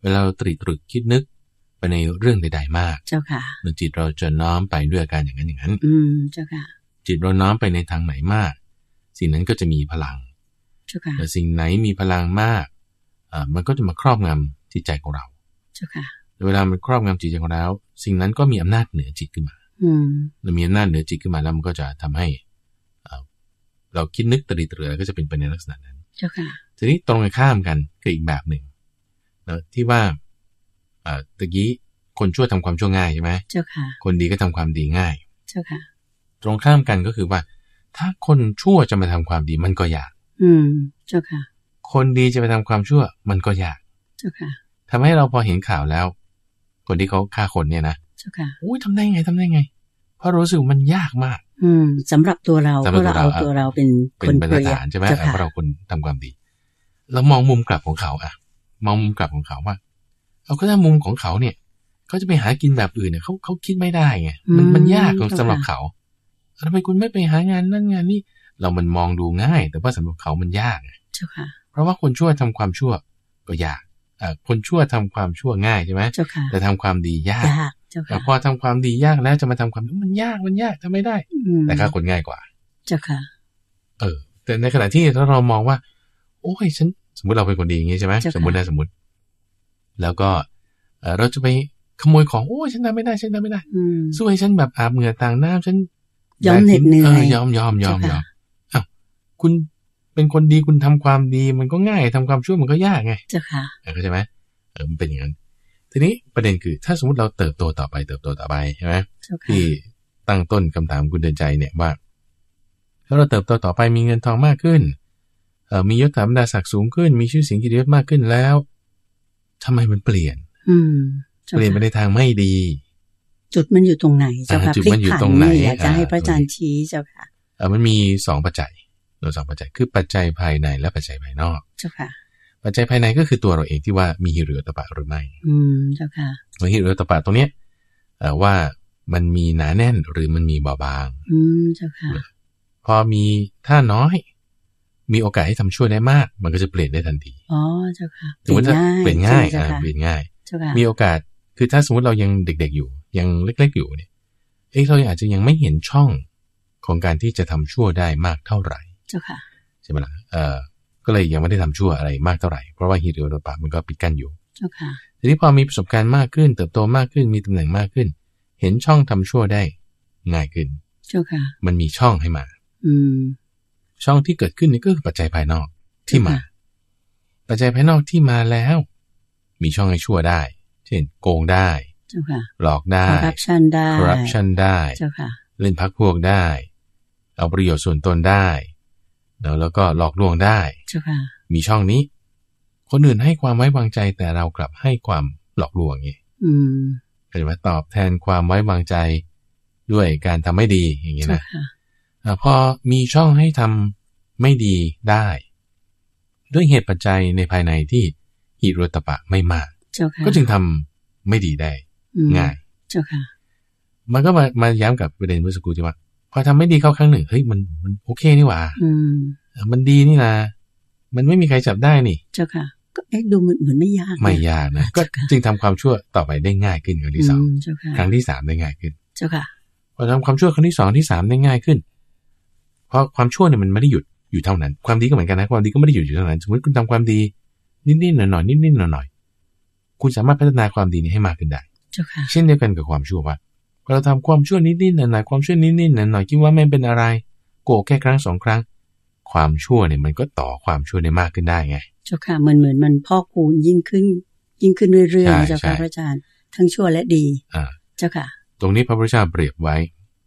Speaker 2: เวลาเราตรีตรึกคิดนึกไปในเรื่องใด ๆ มาก
Speaker 1: เจ้าค่ะ
Speaker 2: หรือจิตเราจะน้อมไปด้วยอาการอย่างนั้นอย่างนั้น
Speaker 1: อืมเจ้าค่ะ
Speaker 2: จิตเราน้อมไปในทางไหนมาก สิ่งนั้นก็จะมีพลัง
Speaker 1: เจ้าค่ะ
Speaker 2: แต่สิ่งไหนมีพลังมากอ่ามันก็จะมาครอบงำจิตใจของเรา
Speaker 1: เจ้าค่ะ
Speaker 2: เวลามันครอบงำจิตใจของเราสิ่งนั้นก็มีอำนาจเหนือจิตขึ้นมา
Speaker 1: อืม
Speaker 2: เรามีอำนาจเหนือจิตขึ้นมาแล้วมันก็จะทำให้เอ่อเราคิดนึกตรีตรึกอะไรก็จะเป็นไปในลักษณะนั้น
Speaker 1: เจ้าค่ะ
Speaker 2: ทีนี้ตรงกันข้ามกันคืออีกแบบหนึ่งเนอะที่ว่าเอ่อตะกี้คนชั่วทำความชั่วง่ายใช่ไหม
Speaker 1: เจ้าค่ะ
Speaker 2: คนดีก็ทำความดีง่าย
Speaker 1: เจ้าค่ะ
Speaker 2: ตรงข้ามกันก็คือว่า ถ้าคนชั่วจะมาทำความดีมันก็ยาก
Speaker 1: อืม เจ้าค่ะ
Speaker 2: คนดีจะไปทำความชั่วมันก็ยาก
Speaker 1: เจ้าค่ะ
Speaker 2: ทำให้เราพอเห็นข่าวแล้ว คนที่เขาฆ่าคนเนี่ยนะ
Speaker 1: เจ้าค่ะ
Speaker 2: อุ้ยทำได้ไงทำได้ไง เพราะรู้สึกมันยากมาก
Speaker 1: อืมสำหรับตัวเรา
Speaker 2: สำห
Speaker 1: เพ
Speaker 2: รับ
Speaker 1: ราะเราเอา
Speaker 2: ตั
Speaker 1: ตัว ว
Speaker 2: เรา
Speaker 1: เราเป็น
Speaker 2: เป็
Speaker 1: คน น
Speaker 2: บรร
Speaker 1: เป
Speaker 2: ทัด
Speaker 1: รียบ
Speaker 2: ฐานใช่ไหม
Speaker 1: เจ้า
Speaker 2: เออเพราะ
Speaker 1: ค่ะ
Speaker 2: เราคนทำความดี แล้วมองมุมกลับของเขาอะมองมุมกลับของเขาว่าเอาก็ถ้ามุมของเขาเนี่ยเขาจะไปหากินแบบอื่นเนี่ยเขาเขาคิดไม่ได้ไงมัน
Speaker 1: อืม
Speaker 2: มันยากของ
Speaker 1: เจ้าค่ะ
Speaker 2: สำหรับเขาทำไมคุณไม่ไปหางานนั่นงานนี่เรามันมองดูง่าย แต่ว่าสำหรับเขามันยากไง
Speaker 1: เจ้าค่ะ
Speaker 2: เพราะว่าคนชั่วทำความชั่วก็ยากเอ่อคนชั่วทำความชั่วง่ายใช่ไหม
Speaker 1: เจ้าค่ะ
Speaker 2: แต่ทำความดียาก
Speaker 1: ยากเจ้า
Speaker 2: แต่
Speaker 1: ค่ะ
Speaker 2: พอทำความดียากแล้วจะมาทำความมันยากมันยากทำไม่ได้
Speaker 1: ม
Speaker 2: แต่ค่าคนง่ายกว่า
Speaker 1: เจ้าค่ะ
Speaker 2: เออแต่ในขณะที่ถ้าเรามองว่า โอ้ยฉันสมมติเราเป็นคนดีอย่างงี้ใช่ไหม
Speaker 1: เจ้าค่ะ
Speaker 2: สมมตินะสมมติ แล้วก็เอ่อเราจะไปขโมยของโอ้ยฉันทำไม่ได้ฉันทำไม่ได้
Speaker 1: อืม
Speaker 2: สู้ให้ฉันแบบอาบเหงื่อต่างน้ำฉัน
Speaker 1: ยอมเหน็ดเหนื่อย
Speaker 2: ออยอมยอมยอมย
Speaker 1: เจ้า
Speaker 2: อม
Speaker 1: ค่ะ
Speaker 2: อ้าวคุณเป็นคนดีคุณทำความดีมันก็ง่ายทำความชั่วมันก็ยากไง
Speaker 1: เจ้าค่ะ
Speaker 2: เออเข้าใจไหมเออมันเป็นอย่างนั้นทีนี้ประเด็นคือ ถ้าสมมติเราเติบโตต่อไปเติบโตต่อไปใช่ไหม
Speaker 1: เจ้าค่ะ
Speaker 2: ที่ตั้งต้นคำถามคุณเดินใจเนี่ยว่าถ้าเราเติบโตต่อไปมีเงินทองมากขึ้นเอ่อมียศถาบรรดาศักดิ์สูงขึ้น มีชื่อเสียงเกิติยศมากขึ้นแล้วทำไมมันเปลี่ยน
Speaker 1: อืมเจ้า
Speaker 2: เปลี่ยนไป
Speaker 1: ค่ะ
Speaker 2: ในทางไม่ดี
Speaker 1: จุดมันอยู่ตรงไหนเจ้าค่ะ
Speaker 2: อ่าจุด
Speaker 1: พลิก
Speaker 2: มันอยู่
Speaker 1: ผั
Speaker 2: ตรงไหน
Speaker 1: เยอยากจะ
Speaker 2: อ่า
Speaker 1: ให้พระอาจารย์ชี้เจ้าค่ะ
Speaker 2: เอ่อมันมีสองปัจจัยเราสองปัจจัยคือปัจจัยภายในและปัจจัยภายนอก
Speaker 1: เจ้าค่ะ
Speaker 2: ปัจจัยภายในก็คือตัวเราเองที่ว่ามีฮิริโอตปะหรือไม่
Speaker 1: อืมเจ้าค่ะ
Speaker 2: แล้วฮิริโอตปะตรงเนี้ยเอ่อว่ามันมีหนาแน่นหรือมันมีเบาบาง
Speaker 1: อืมเจ้าค่ะ
Speaker 2: พอมีท่าน้อย มีโอกาสให้ทำชั่วได้มาก มันก็จะเปลี่ยนได้ทันที
Speaker 1: อ๋อเจ้าค่ะ
Speaker 2: สมมติถ้าเปลี่ยนง่าย
Speaker 1: ใช่ไหม
Speaker 2: อ่า
Speaker 1: เจ้า
Speaker 2: เป
Speaker 1: ค่ะ
Speaker 2: ลี่ยนง่าย
Speaker 1: เจ้าค่ะ
Speaker 2: มีโอกาส คือถ้าสมมติเรายังเด็กๆอยู่ ยังเล็กๆอยู่เนี่ย เอ้ยเราอาจจะยังไม่เห็นช่องของการที่จะทำชั่วได้มากเท่าไหร่
Speaker 1: เจ้าค่ะ
Speaker 2: ใช่ไหมล่ะ เออ ก็เลยยังไม่ได้ทำชั่วอะไรมากเท่าไหร่ เพราะว่าฮิริโอตปะมันก็ปิดกั้นอยู่
Speaker 1: เจ้าค่ะ
Speaker 2: ทีนี้พอมีประสบการณ์มากขึ้น เติบโตมากขึ้นมีตำแหน่งมากขึ้น เห็นช่องทำชั่วได้ง่ายขึ้น
Speaker 1: เจ้าค่ะ
Speaker 2: มันมีช่องให้มา
Speaker 1: อืม
Speaker 2: ช่องที่เกิดขึ้นนี่ก็คือปัจจัยภายนอกที่มา
Speaker 1: ค่ะ
Speaker 2: ปัจจัยภายนอกที่มาแล้ว มีช่องให้ชั่วได้ เช่น โกงได้
Speaker 1: เจ้าค่ะ
Speaker 2: หลอกได้
Speaker 1: คอร์รัปชันได้
Speaker 2: คอร์รัปชันได้
Speaker 1: เจ้าค่ะ
Speaker 2: เล่นพักพวกได้ เอาประโยชน์ส่วนตนได้ แล้วแล้วก็หลอกลวงได้
Speaker 1: เจ้าค่ะ
Speaker 2: มีช่องนี้ คนอื่นให้ความไว้วางใจแต่เรากลับให้ความหลอกลวงไง
Speaker 1: อืม
Speaker 2: ก็จะมาตอบแทนความไว้วางใจด้วยการทำไม่ดีอย่างนี้
Speaker 1: เจ้า
Speaker 2: นะ
Speaker 1: ค่ะ
Speaker 2: อ่ะพอมีช่องให้ทำไม่ดีได้ ด้วยเหตุปัจจัยในภายในที่ฮิโรตปะไม่มาก
Speaker 1: เจ้าค่ะ
Speaker 2: ก็จึงทำไม่ดีได้
Speaker 1: อืม
Speaker 2: ง่าย
Speaker 1: เจ้าค่ะ
Speaker 2: มันก็มามาย้ำกับประเด็นเมื่อสักครู่ที่ว่าพอทำไม่ดีเข้าครั้งหนึ่งเฮ้ยมันมันโอเคนี่หว่า
Speaker 1: อืม
Speaker 2: เออมันดีนี่นะ มันไม่มีใครจับได้นี่
Speaker 1: เจ้าค่ะ ก็เอ๊ะดูเหมือนเหมือนไม่ยากนะ
Speaker 2: ไม่ยากนะ ก็
Speaker 1: ค่ะ
Speaker 2: จึงทำความชั่วต่อไปได้ง่ายขึ้นครั้งที่สอง
Speaker 1: อืมเจ้าค่ะ
Speaker 2: ครั้งที่สามได้ง่ายขึ้น
Speaker 1: เจ้าค่ะ
Speaker 2: พอทำความชั่วครั้งที่สองที่สามได้ง่ายขึ้น เพราะความชั่วเนี่ยมันไม่ได้หยุดอยู่เท่านั้น ความดีก็เหมือนกันนะความดีก็ไม่ได้หยุดอยู่เท่านั้น สมมติคุณทำความดีนิดๆหน่อยๆนิดๆหน่อยๆคุณสามารถพัฒนาความดีนี้ให้มากขึ้นได้
Speaker 1: เจ้าค่ะ
Speaker 2: เช่นเดียวกันกับความชั่วว่าพอเราทำความชั่วนิดๆหน่อยๆความชั่วนิดๆหน่อยๆคิดว่าไม่เป็นอะไร โกรธแค่ครั้งสองครั้ง ความชั่วเนี่ยมันก็ต่อความชั่วได้มากขึ้นได้ไง
Speaker 1: เจ้าค่ะเหมือนเหมือนมันพอกคูณยิ่งขึ้น ยิ่งขึ้นเรื่อยๆ
Speaker 2: ใช่
Speaker 1: เจ้าค่ะ
Speaker 2: ใช่
Speaker 1: พระอาจารย์ ทั้งชั่วและดี
Speaker 2: อ่า
Speaker 1: เจ้าค่ะ
Speaker 2: ตรงนี้พระพุทธเจ้าเปรียบไว้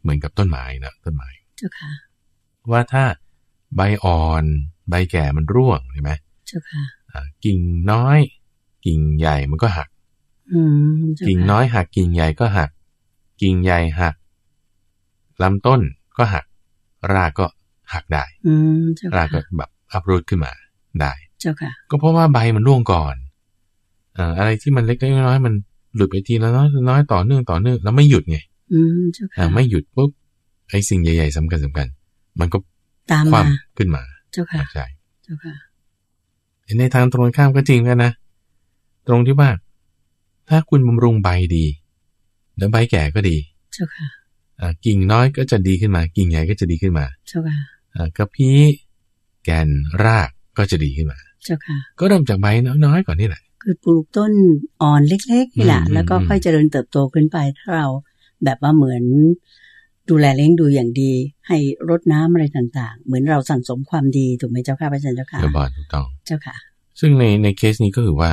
Speaker 2: เหมือนกับต้นไม้นะต้นไม้
Speaker 1: เจ้าค่ะ
Speaker 2: ว่าถ้าใบอ่อน ใบแก่มันร่วงใช่ไหม
Speaker 1: เจ้าค่ะ
Speaker 2: อ่ากิ่งน้อย กิ่งใหญ่มันก็หัก
Speaker 1: อืมเจ้า
Speaker 2: กิ่ง
Speaker 1: ค่ะ
Speaker 2: น้อยหักกิ่งใหญ่ก็หัก กิ่งใหญ่หักลำต้นก็หัก รากก็หักได้
Speaker 1: อืมเจ้าร
Speaker 2: ากก็
Speaker 1: ค่ะ
Speaker 2: แบบอัพรูทขึ้นมาได้
Speaker 1: เจ้าค่ะ
Speaker 2: ก็เพราะว่าใบมันร่วงก่อนเอ่ออะไรที่มันเล็กๆน้อยๆมันหลุดไปทีละน้อยน้อยต่อเนื่องต่อเนื่องแล้วไม่หยุดไง
Speaker 1: อืมเจ้าค่ะ
Speaker 2: อ่าไม่หยุดปุ๊บไอ้สิ่งใหญ่ๆสำคัญสคัญๆมันก็
Speaker 1: ตาม
Speaker 2: ค
Speaker 1: มา
Speaker 2: วามขึ้นมา
Speaker 1: เจ้าค่ะ
Speaker 2: ใช่
Speaker 1: เจ้าค่ะ
Speaker 2: ในทางตรงกันข้ามก็จริงกันนะ ตรงที่ว่า ถ้าคุณบำรุงใบดี แล้วใบแก่ก็ดี
Speaker 1: เจ้าค่ะ
Speaker 2: อ่ากิ่งน้อยก็จะดีขึ้นมา กิ่งใหญ่ก็จะดีขึ้นมา
Speaker 1: เจ้าค่ะ
Speaker 2: อ่ากระพี้แกนรากก็จะดีขึ้นมา
Speaker 1: เจ้าค่ะ
Speaker 2: ก็เริ่มจากใบน้อยๆก่อนนี่แหละ
Speaker 1: คือปลูกต้นอ่อนเล็กๆนี่แหละ
Speaker 2: อืม
Speaker 1: แล้วก็
Speaker 2: อืม
Speaker 1: ค่อยเจริญเติบโตขึ้นไปถ้าเราแบบว่าเหมือน ดูแลเลี้ยงดูอย่างดี ให้รดน้ำอะไรต่าง ๆ เหมือนเราสั่งสมความดีถูกไหมเจ้าค่ะพระอาจารย์เจ้าค่ะ
Speaker 2: เดี๋ยวบอลถูกต้อง
Speaker 1: เจ้าค่ะ
Speaker 2: ซึ่งในในเคสนี้ก็คือว่า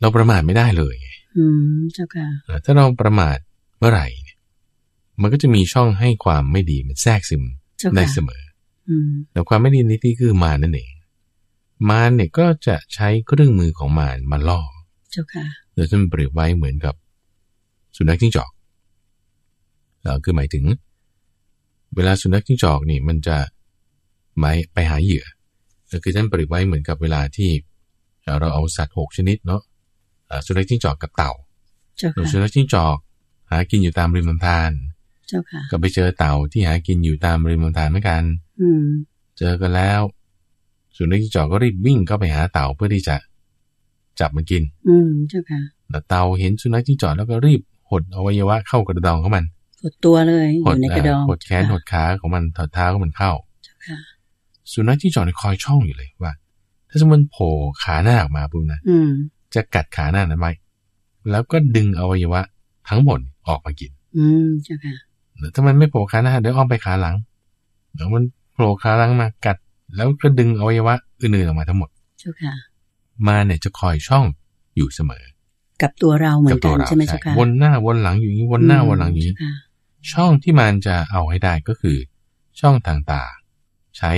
Speaker 2: เราประมาทไม่ได้เลยไง
Speaker 1: อืมเจ้าค่ะ
Speaker 2: อ่าถ้าเราประมาทเมื่อไหร่เนี่ยมันก็จะมีช่องให้ความไม่ดีมันแทรกซึม
Speaker 1: เจ้า
Speaker 2: ได้
Speaker 1: ค่ะ
Speaker 2: เสมอ
Speaker 1: อืม
Speaker 2: แต่ความไม่ดีในที่คือมารนั่นเอง มารเนี่ยก็จะใช้เครื่องมือของมารมาล่อ
Speaker 1: เจ้าค่ะ
Speaker 2: โดยที่มันเปรียบไว้เหมือนกับ สุนัขจิ้งจอกเออคือหมายถึง เวลาสุนัขจิ้งจอกนี่มันจะหมายไปหาเหยื่อก็คือท่านเปรียบไว้เหมือนกับเวลาที่เอ่อเราเอาสัตว์หกชนิดเนาะเอ่อสุนัขจิ้งจอกกับเต่า
Speaker 1: เจ้า
Speaker 2: โดยสุ
Speaker 1: ค่ะ
Speaker 2: นัขจิ้งจอก หากินอยู่ตามริมลำธาร
Speaker 1: เจ้าค่ะ
Speaker 2: ก็ไปเจอเต่าที่หากินอยู่ตามริมลำธารเหมือนกัน
Speaker 1: อืม
Speaker 2: เจอกันแล้ว สุนัขจิ้งจอกก็รีบวิ่งเข้าไปหาเต่าเพื่อที่จะจับมันกิน
Speaker 1: อืมเจ้าค่ะ
Speaker 2: แต่เต่าเห็นสุนัขจิ้งจอกแล้วก็รีบหดอวัยวะเข้ากระดองของมัน
Speaker 1: หดตัวเลยอ
Speaker 2: หด
Speaker 1: ยู่ในกระดอง
Speaker 2: เอ่อหดแขนห
Speaker 1: เจ้า
Speaker 2: ดขาของมันถอดเท้าของมันเข้า
Speaker 1: ค่ะ
Speaker 2: สุนัขจิ้งจอกเนี่ยคอยช่องอยู่เลยว่า ถ้าสมมติโผล่ขาหน้าออกมาปุ๊บนะ
Speaker 1: อืม
Speaker 2: จะกัดขาหน้านั้นไว้แล้วก็ดึงอวัยวะทั้งหมดออกมากิน
Speaker 1: อืมเจ้าค่ะ
Speaker 2: แต่ถ้ามันไม่โผล่ขาหน้าเดี๋ยวอ้อมไปขาหลังเดี๋ยวมันโผล่ขาหลังมากัด แล้วก็ดึงอวัยวะอื่นๆออกมาทั้งหมด
Speaker 1: เจ้าค่ะ
Speaker 2: มาเนี่ยจะคอยช่องอยู่เสมอ
Speaker 1: กับตัวเราเหมื
Speaker 2: กั
Speaker 1: อบ น
Speaker 2: ตั
Speaker 1: กั
Speaker 2: วน เรา
Speaker 1: ใช่ไหมเจ้าค่ะ
Speaker 2: วนหน้าวนหลังอยู่อย่างนี้วนหน้าวนหลังอย่างนี้
Speaker 1: เจ้าค่ะ
Speaker 2: ช่องที่มันจะเอาให้ได้ก็คือ ช่องทางตา ใช้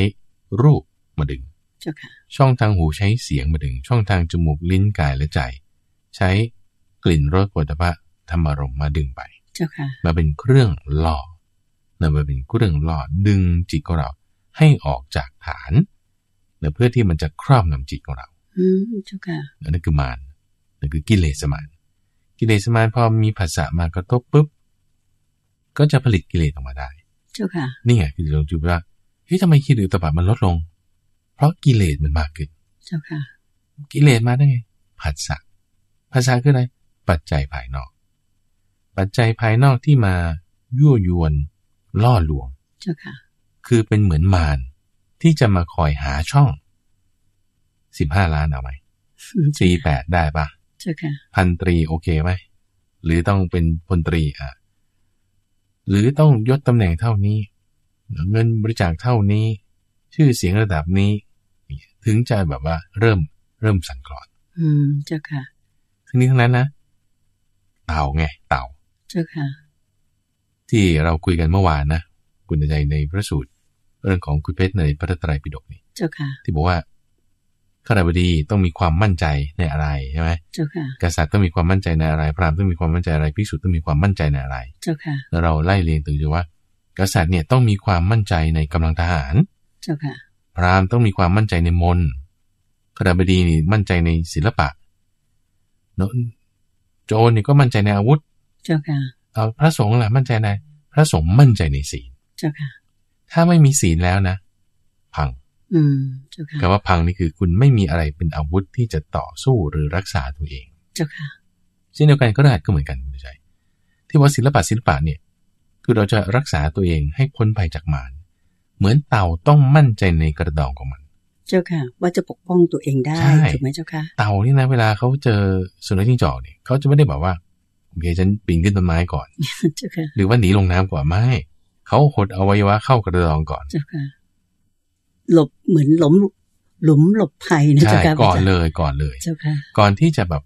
Speaker 2: รูปมาดึง
Speaker 1: เจ้าค่ะ
Speaker 2: ช่องทางหูใช้เสียงมาดึง ช่องทางจมูกลิ้นกายและใจ ใช้กลิ่นรสผลิตภัณธรรมารมณ์มาดึงไป
Speaker 1: เจ้าค่ะ
Speaker 2: มาเป็นเครื่องหล่อนะมาเป็นเครื่องหล่อดึงจิตของเราให้ออกจากฐานนะเพื่อที่มันจะครอบงำจิตของเรา
Speaker 1: อืมเจ้าค่ะ
Speaker 2: อันนั้นคือมารนั่นคือกิเลสมารกิเลสมารพอมีภาษามากระทบปุ๊บ ก็จะผลิตกิเลสออกมาได้
Speaker 1: เจ้าค่ะ
Speaker 2: นี่ไงคือเราจูบว่า เฮ้ยทำไมคิดอุตบะมันลดลง เพราะกิเลสมันมากขึ้น
Speaker 1: เจ้าค่ะ
Speaker 2: กิเลสมาได้ไงผัสสะผัสสะคืออะไร ปัจจัยภายนอก ปัจจัยภายนอกที่มายั่วยวนล่อลวง
Speaker 1: เจ้าค่ะ
Speaker 2: คือเป็นเหมือนมารที่จะมาคอยหาช่อง สิบห้าล้านเอาไหมสี่แปดได้ปะ
Speaker 1: เจ้าค่ะ
Speaker 2: พันตรีโอเคไหม หรือต้องเป็นพลตรีอ่ะ หรือต้องยศตำแหน่งเท่านี้ เงินบริจาคเท่านี้ ชื่อเสียงระดับนี้ ถึงจะแบบว่าเริ่มเริ่มสั่นคลอน
Speaker 1: อืม เจ้าค่ะ
Speaker 2: ทั้งนี้ทั้งนั้นนะ เต่าไง เต่า
Speaker 1: เจ้าค่ะ
Speaker 2: ที่เราคุยกันเมื่อวานนะคุณใจในพระสูตร เรื่องของคุณเพชรในพระไตรปิฎกนี่
Speaker 1: เจ้าค่ะ
Speaker 2: ที่บอกว่าข้าราชบดีต้องมีความมั่นใจในอะไรใช่ไหม
Speaker 1: เจ้าค่ะ
Speaker 2: กษัตริย์ต้องมีความมั่นใจในอะไร พราหมณ์ต้องมีความมั่นใจอะไรภิกษุต้องมีความมั่นใจในอะไร
Speaker 1: เจ้าค่ะ
Speaker 2: แล้วเราไล่เรียงถึงดูว่า กษัตริย์เนี่ยต้องมีความมั่นใจในกำลังทหาร
Speaker 1: เจ้าค่ะ
Speaker 2: พราหมณ์ต้องมีความมั่นใจในมนต์ขดาบดีนี่มั่นใจในศิลปะเนอะโจรนี่ก็มั่นใจในอาวุธ
Speaker 1: เจ้าค่ะ
Speaker 2: เอาพระสงฆ์ล่ะมั่นใจใน พระสงฆ์มั่นใจในศีล
Speaker 1: เจ้าค่ะ
Speaker 2: ถ้าไม่มีศีลแล้วนะ พัง
Speaker 1: อืม เจ้าค่ะ
Speaker 2: คำว่าพังนี่คือคุณไม่มีอะไรเป็นอาวุธที่จะต่อสู้หรือรักษาตัวเอง
Speaker 1: เจ้าค่ะ
Speaker 2: เช่นเดียวกันก็ได้ก็เหมือนกันคุณใจ ที่ว่าศิลปะศิลปะเนี่ย คือเราจะรักษาตัวเองให้พ้นภัยจากมาร เหมือนเต่าต้องมั่นใจในกระดองของมัน
Speaker 1: เจ้าค่ะ ว่าจะปกป้องตัวเองได้
Speaker 2: ใช่
Speaker 1: ถูกไหมเจ้าค่ะ
Speaker 2: เต่านี่นะเวลาเขาเจอสุนัขจิ้งจอกเนี่ยเขาจะไม่ได้บอกว่าโอเคฉันปีนขึ้นต้นไม้ก่อน
Speaker 1: เจ้าค่ะ
Speaker 2: หรือว่าหนีลงน้ำก่อนไม่เขาหดอวัยวะเข้ากระดองก่อน
Speaker 1: เจ้าค่ะ หลบเหมือนหลมหลุมหลบภัยนะ
Speaker 2: ใช่
Speaker 1: เจ้าค่ะ
Speaker 2: ก่อนเลยก่อนเลย
Speaker 1: เจ้าค่ะ
Speaker 2: ก่อนที่จะแบบ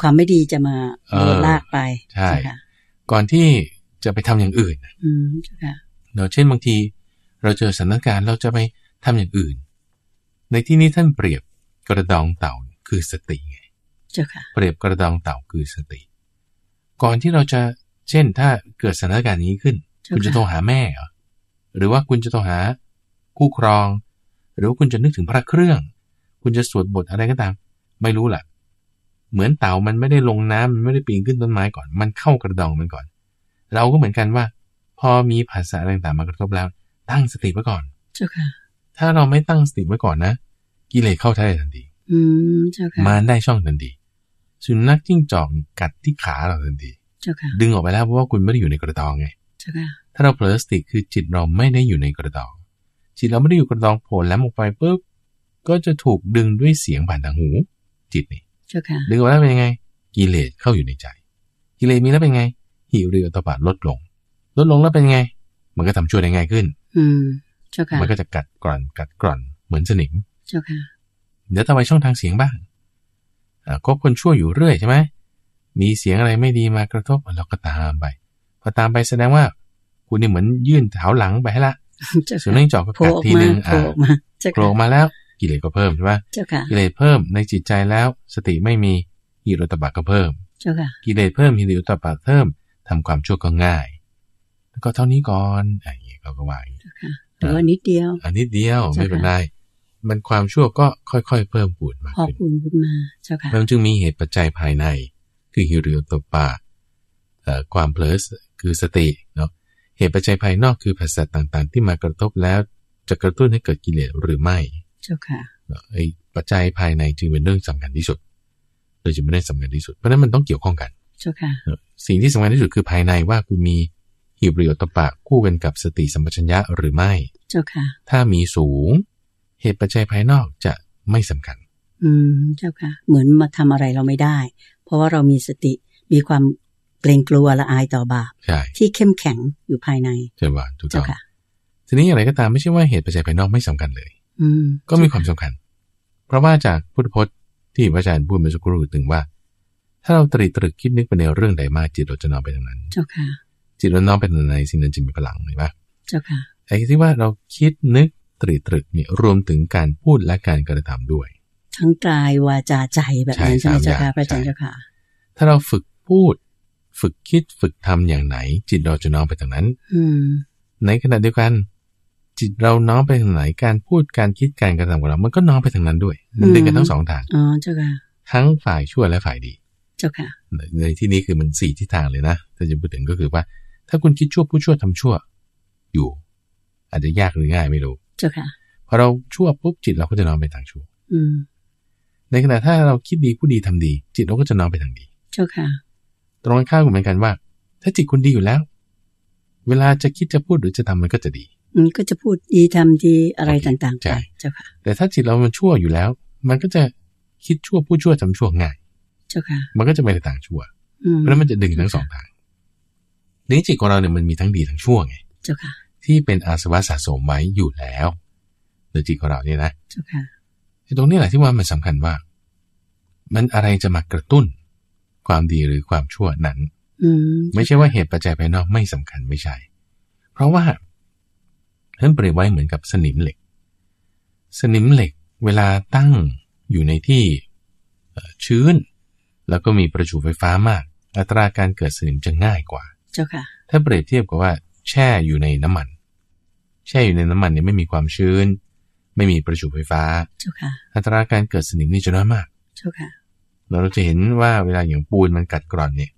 Speaker 1: ความไม่ดีจะมา
Speaker 2: เออ
Speaker 1: ลากไป
Speaker 2: ใช่
Speaker 1: เจ้าค่ะ
Speaker 2: ก่อนที่จะไปทำอย่างอื่น
Speaker 1: อืม เจ้าค่ะ
Speaker 2: เนาะเช่นบางที เราเจอสถานการณ์เราจะไปทำอย่างอื่น ในที่นี้ท่านเปรียบกระดองเต่าคือสติไง
Speaker 1: เจ้าค่ะ
Speaker 2: เปรียบกระดองเต่าคือสติ ก่อนที่เราจะเช่นถ้าเกิดสถานการณ์นี้ขึ้น
Speaker 1: เจ้า
Speaker 2: คุณจะ
Speaker 1: ค่ะ
Speaker 2: โทรหาแม่เหรอหรือว่าคุณจะโทรหาคู่ครอง หรือว่าคุณจะนึกถึงพระเครื่อง คุณจะสวดบทอะไรก็ตาม ไม่รู้ล่ะ เหมือนเต่ามันไม่ได้ลงน้ำมันไม่ได้ปีนขึ้นต้นไม้ก่อน มันเข้ากระดองมันก่อน เราก็เหมือนกันว่า พอมีภาษาอะไรต่างๆมากระทบแล้ว ตั้งสติไว้ก่อน
Speaker 1: เจ้าค่ะ
Speaker 2: ถ้าเราไม่ตั้งสติไว้ก่อนนะ กิเลสเข้าได้ทันที
Speaker 1: อืม เจ้าค่ะ
Speaker 2: มารได้ช่องทันทีสุนัขจิ้งจอกนี่กัดที่ขาเราทันที
Speaker 1: เจ้าค่ะ
Speaker 2: ดึงออกไปแล้วเพราะว่าคุณไม่ได้อยู่ในกระดองไง
Speaker 1: เจ้าค่ะ
Speaker 2: ถ้าเราเผลอสติคือจิตเราไม่ได้อยู่ในกระดอง จิตเราไม่ได้อยู่กระดองโผล่แหลมออกไปปุ๊บก็จะถูกดึงด้วยเสียงผ่านทางหู จิตนี่
Speaker 1: เจ้าค่ะ
Speaker 2: ดึงออกมาแล้วเป็นยังไง กิเลสเข้าอยู่ในใจ กิเลสมีแล้วเป็นไงหิริโอตปาลดลง ลดลงแล้วเป็นไง มันก็ทำชั่วได้ง่ายขึ้น
Speaker 1: อืม เจ้าค่ะ
Speaker 2: มันก็จะกัดกร่อนกัดกร่อนเหมือนสนิม
Speaker 1: เจ้าค่ะ
Speaker 2: เดี๋ยวต่อไปช่องทางเสียงบ้างอ่าก็คนชั่วอยู่เรื่อยใช่ไหม มีเสียงอะไรไม่ดีมากระทบเราก็ตามไป พอตามไปแสดงว่า คุณนี่เหมือนยื่นเท้าหลังไปให้ละ
Speaker 1: เจ้า
Speaker 2: สุ
Speaker 1: ค่ะ
Speaker 2: นัขจอกก็
Speaker 1: โผล่
Speaker 2: กัด
Speaker 1: ออก
Speaker 2: ที
Speaker 1: มา
Speaker 2: นึง
Speaker 1: โผล่
Speaker 2: อ่า
Speaker 1: ออกมา เจ้า
Speaker 2: โผล่
Speaker 1: ค่ะ
Speaker 2: ออกมาแล้วกิเลสก็เพิ่มใช่ไหม
Speaker 1: เจ้าค่ะ
Speaker 2: กิเลสเพิ่มในจิตใจแล้ว สติไม่มีหิริโอตปะก็เพิ่ม
Speaker 1: เจ้าค่ะ
Speaker 2: กิเลสเพิ่มหิริโอตปะเพิ่มทำความชั่วก็ง่าย แล้วก็เท่านี้ก่อนอะอย่างเงี้ยเขาก็ว่าอย่างงี้
Speaker 1: เจ้าค่ะหรือว่านิดเดียว
Speaker 2: อันนี้เดียว
Speaker 1: ใช่ค่ะ
Speaker 2: ไม่เป็นไรมันความชั่วก็ค่อยๆ เพิ่มปูนมาก
Speaker 1: พอ
Speaker 2: ขึ้น
Speaker 1: ปูนขึ้นมา เจ้าค่ะ
Speaker 2: มันจึงมีเหตุปัจจัยภายใน คือหิริโอตปะเอ่อความเพลิสคือสติเนาะเหตุปัจจัยภายนอกคือภาษาต่างๆ ที่มากระทบแล้วจะกระตุ้นให้เกิดกิเลสหรือไม่
Speaker 1: เจ้าค่ะ
Speaker 2: ไอ้ปัจจัยภายในจึงเป็นเรื่องสำคัญที่สุดเลยจึงเป็นเรื่องสำคัญที่สุด เพราะฉะนั้นมันต้องเกี่ยวข้องกัน
Speaker 1: เจ้าค่ะ
Speaker 2: สิ่งที่สำคัญที่สุดคือภายในว่าคุณมีหิบริโอตปะคู่กันกับสติสัมปชัญญะหรือไม่
Speaker 1: เจ้าค่ะ
Speaker 2: ถ้ามีสูง เหตุปัจจัยภายนอกจะไม่สำคัญ
Speaker 1: อืม เจ้าค่ะ เหมือนมาทำอะไรเราไม่ได้ เพราะว่าเรามีสติ มีความเกรงกลัวละอายต่อบาป
Speaker 2: ใช่
Speaker 1: ที่เข้มแข็งอยู่ภายใน
Speaker 2: ใช่ว่าถูกต้
Speaker 1: เจ้า
Speaker 2: อง
Speaker 1: ค่ะ
Speaker 2: ทีนี้อย่างไรก็ตามไม่ใช่ว่าเหตุปัจจัยภายนอกไม่สำคัญเลย
Speaker 1: อืม
Speaker 2: ก็มีความสำคัญ เพราะว่าจากพุทธพจน์ที่พระอาจารย์พูดเมื่อสักครู่ถึงว่า ถ้าเราตรีตรึกคิดนึกไปในเรื่องใดมากจิตเราจะน้อมไปทางนั้น
Speaker 1: เจ้าค่ะ
Speaker 2: จิตเราน้อมไปทางไหนสิ่งนั้นจึงมีพลังเห็นปะ
Speaker 1: เจ้าค่ะ
Speaker 2: ไอ้ที่ว่าเราคิดนึกตรีตรึกเนี่ยรวมถึงการพูดและการกระทำด้วย
Speaker 1: ทั้งกายวาจาใจแบบนั้น
Speaker 2: ใช่
Speaker 1: ใช่ไหม
Speaker 2: สาม
Speaker 1: เจ้าค่ะ
Speaker 2: อย่าง
Speaker 1: พระอาจารย์
Speaker 2: ใช่
Speaker 1: เจ้าค่ะ
Speaker 2: ถ้าเราฝึกพูด ฝึกคิดฝึกทำอย่างไหน จิตเราจะน้อมไปทางนั้น
Speaker 1: อืม
Speaker 2: ในขณะเดียวกัน จิตเราน้อมไปทางไหนการพูดการคิดการกระทำของเรา มันก็น้อมไปทางนั้นด้วย มันดึงกันทั้งสองทาง
Speaker 1: อ๋อ เจ้าค่ะ
Speaker 2: ทั้งฝ่ายชั่วและฝ่ายดี
Speaker 1: เจ้าค่ะ
Speaker 2: ในที่นี้คือมันสี่ทิศทางเลยนะถ้าจะพูดถึงก็คือว่า ถ้าคุณคิดชั่วพูดชั่วทำชั่ว อยู่ อาจจะยากหรือง่ายไม่รู้
Speaker 1: เจ้าค่ะ
Speaker 2: พอเราชั่วปุ๊บจิตเราก็จะน้อมไปทางชั่ว
Speaker 1: อืม
Speaker 2: ในขณะถ้าเราคิดดีพูดดีทำดี จิตเราก็จะน้อมไปทางดี
Speaker 1: เจ้าค่ะ
Speaker 2: ตรงกันข้ามกันเหมือนกันว่า ถ้าจิตคุณดีอยู่แล้ว เวลาจะคิดจะพูดหรือจะทำมันก็จะดี
Speaker 1: อืมก็จะพูดดีทำดีอะไรต่างๆ
Speaker 2: ใช่
Speaker 1: ไปเจ้าค่ะ
Speaker 2: แต่ถ้าจิตเรามันชั่วอยู่แล้ว มันก็จะคิดชั่วพูดชั่วทำชั่วง่าย
Speaker 1: เจ้าค่ะ
Speaker 2: มันก็จะไม่ได้ต่างชั่ว
Speaker 1: อืม
Speaker 2: เพราะฉะนั้นมันจะดึงทั้งสองทางทีนี้จิตของเราเนี่ยมันมีทั้งดีทั้งชั่วไง
Speaker 1: เจ้าค่ะ
Speaker 2: ที่เป็นอาสวะสะสมไว้อยู่แล้วในจิตของเราเนี่ยนะ
Speaker 1: เจ้าค่ะ
Speaker 2: ไอ้ตรงนี้แหละที่ว่ามันสำคัญว่า มันอะไรจะมากระตุ้น ความดีหรือความชั่วนั้น
Speaker 1: อืม
Speaker 2: ไม่ใช่ว่าเหตุปัจจัยภายนอกไม่สำคัญไม่ใช่ เพราะว่าท่านเปรียบไว้เหมือนกับสนิมเหล็ก สนิมเหล็กเวลาตั้งอยู่ในที่เอ่อชื้น แล้วก็มีประจุไฟฟ้ามาก อัตราการเกิดสนิมจะง่ายกว่า
Speaker 1: เจ้าค่ะ
Speaker 2: ถ้าเปรียบเทียบกับว่า แช่อยู่ในน้ำมัน แช่อยู่ในน้ำมันเนี่ยไม่มีความชื้น ไม่มีประจุไฟฟ้า
Speaker 1: เจ้าค่ะ
Speaker 2: อัตราการเกิดสนิมนี่จะน้อยมาก
Speaker 1: เจ้าค่ะ
Speaker 2: เราจะเห็นว่าเวลาอย่างปูนมันกัดกร่อนเนี่ย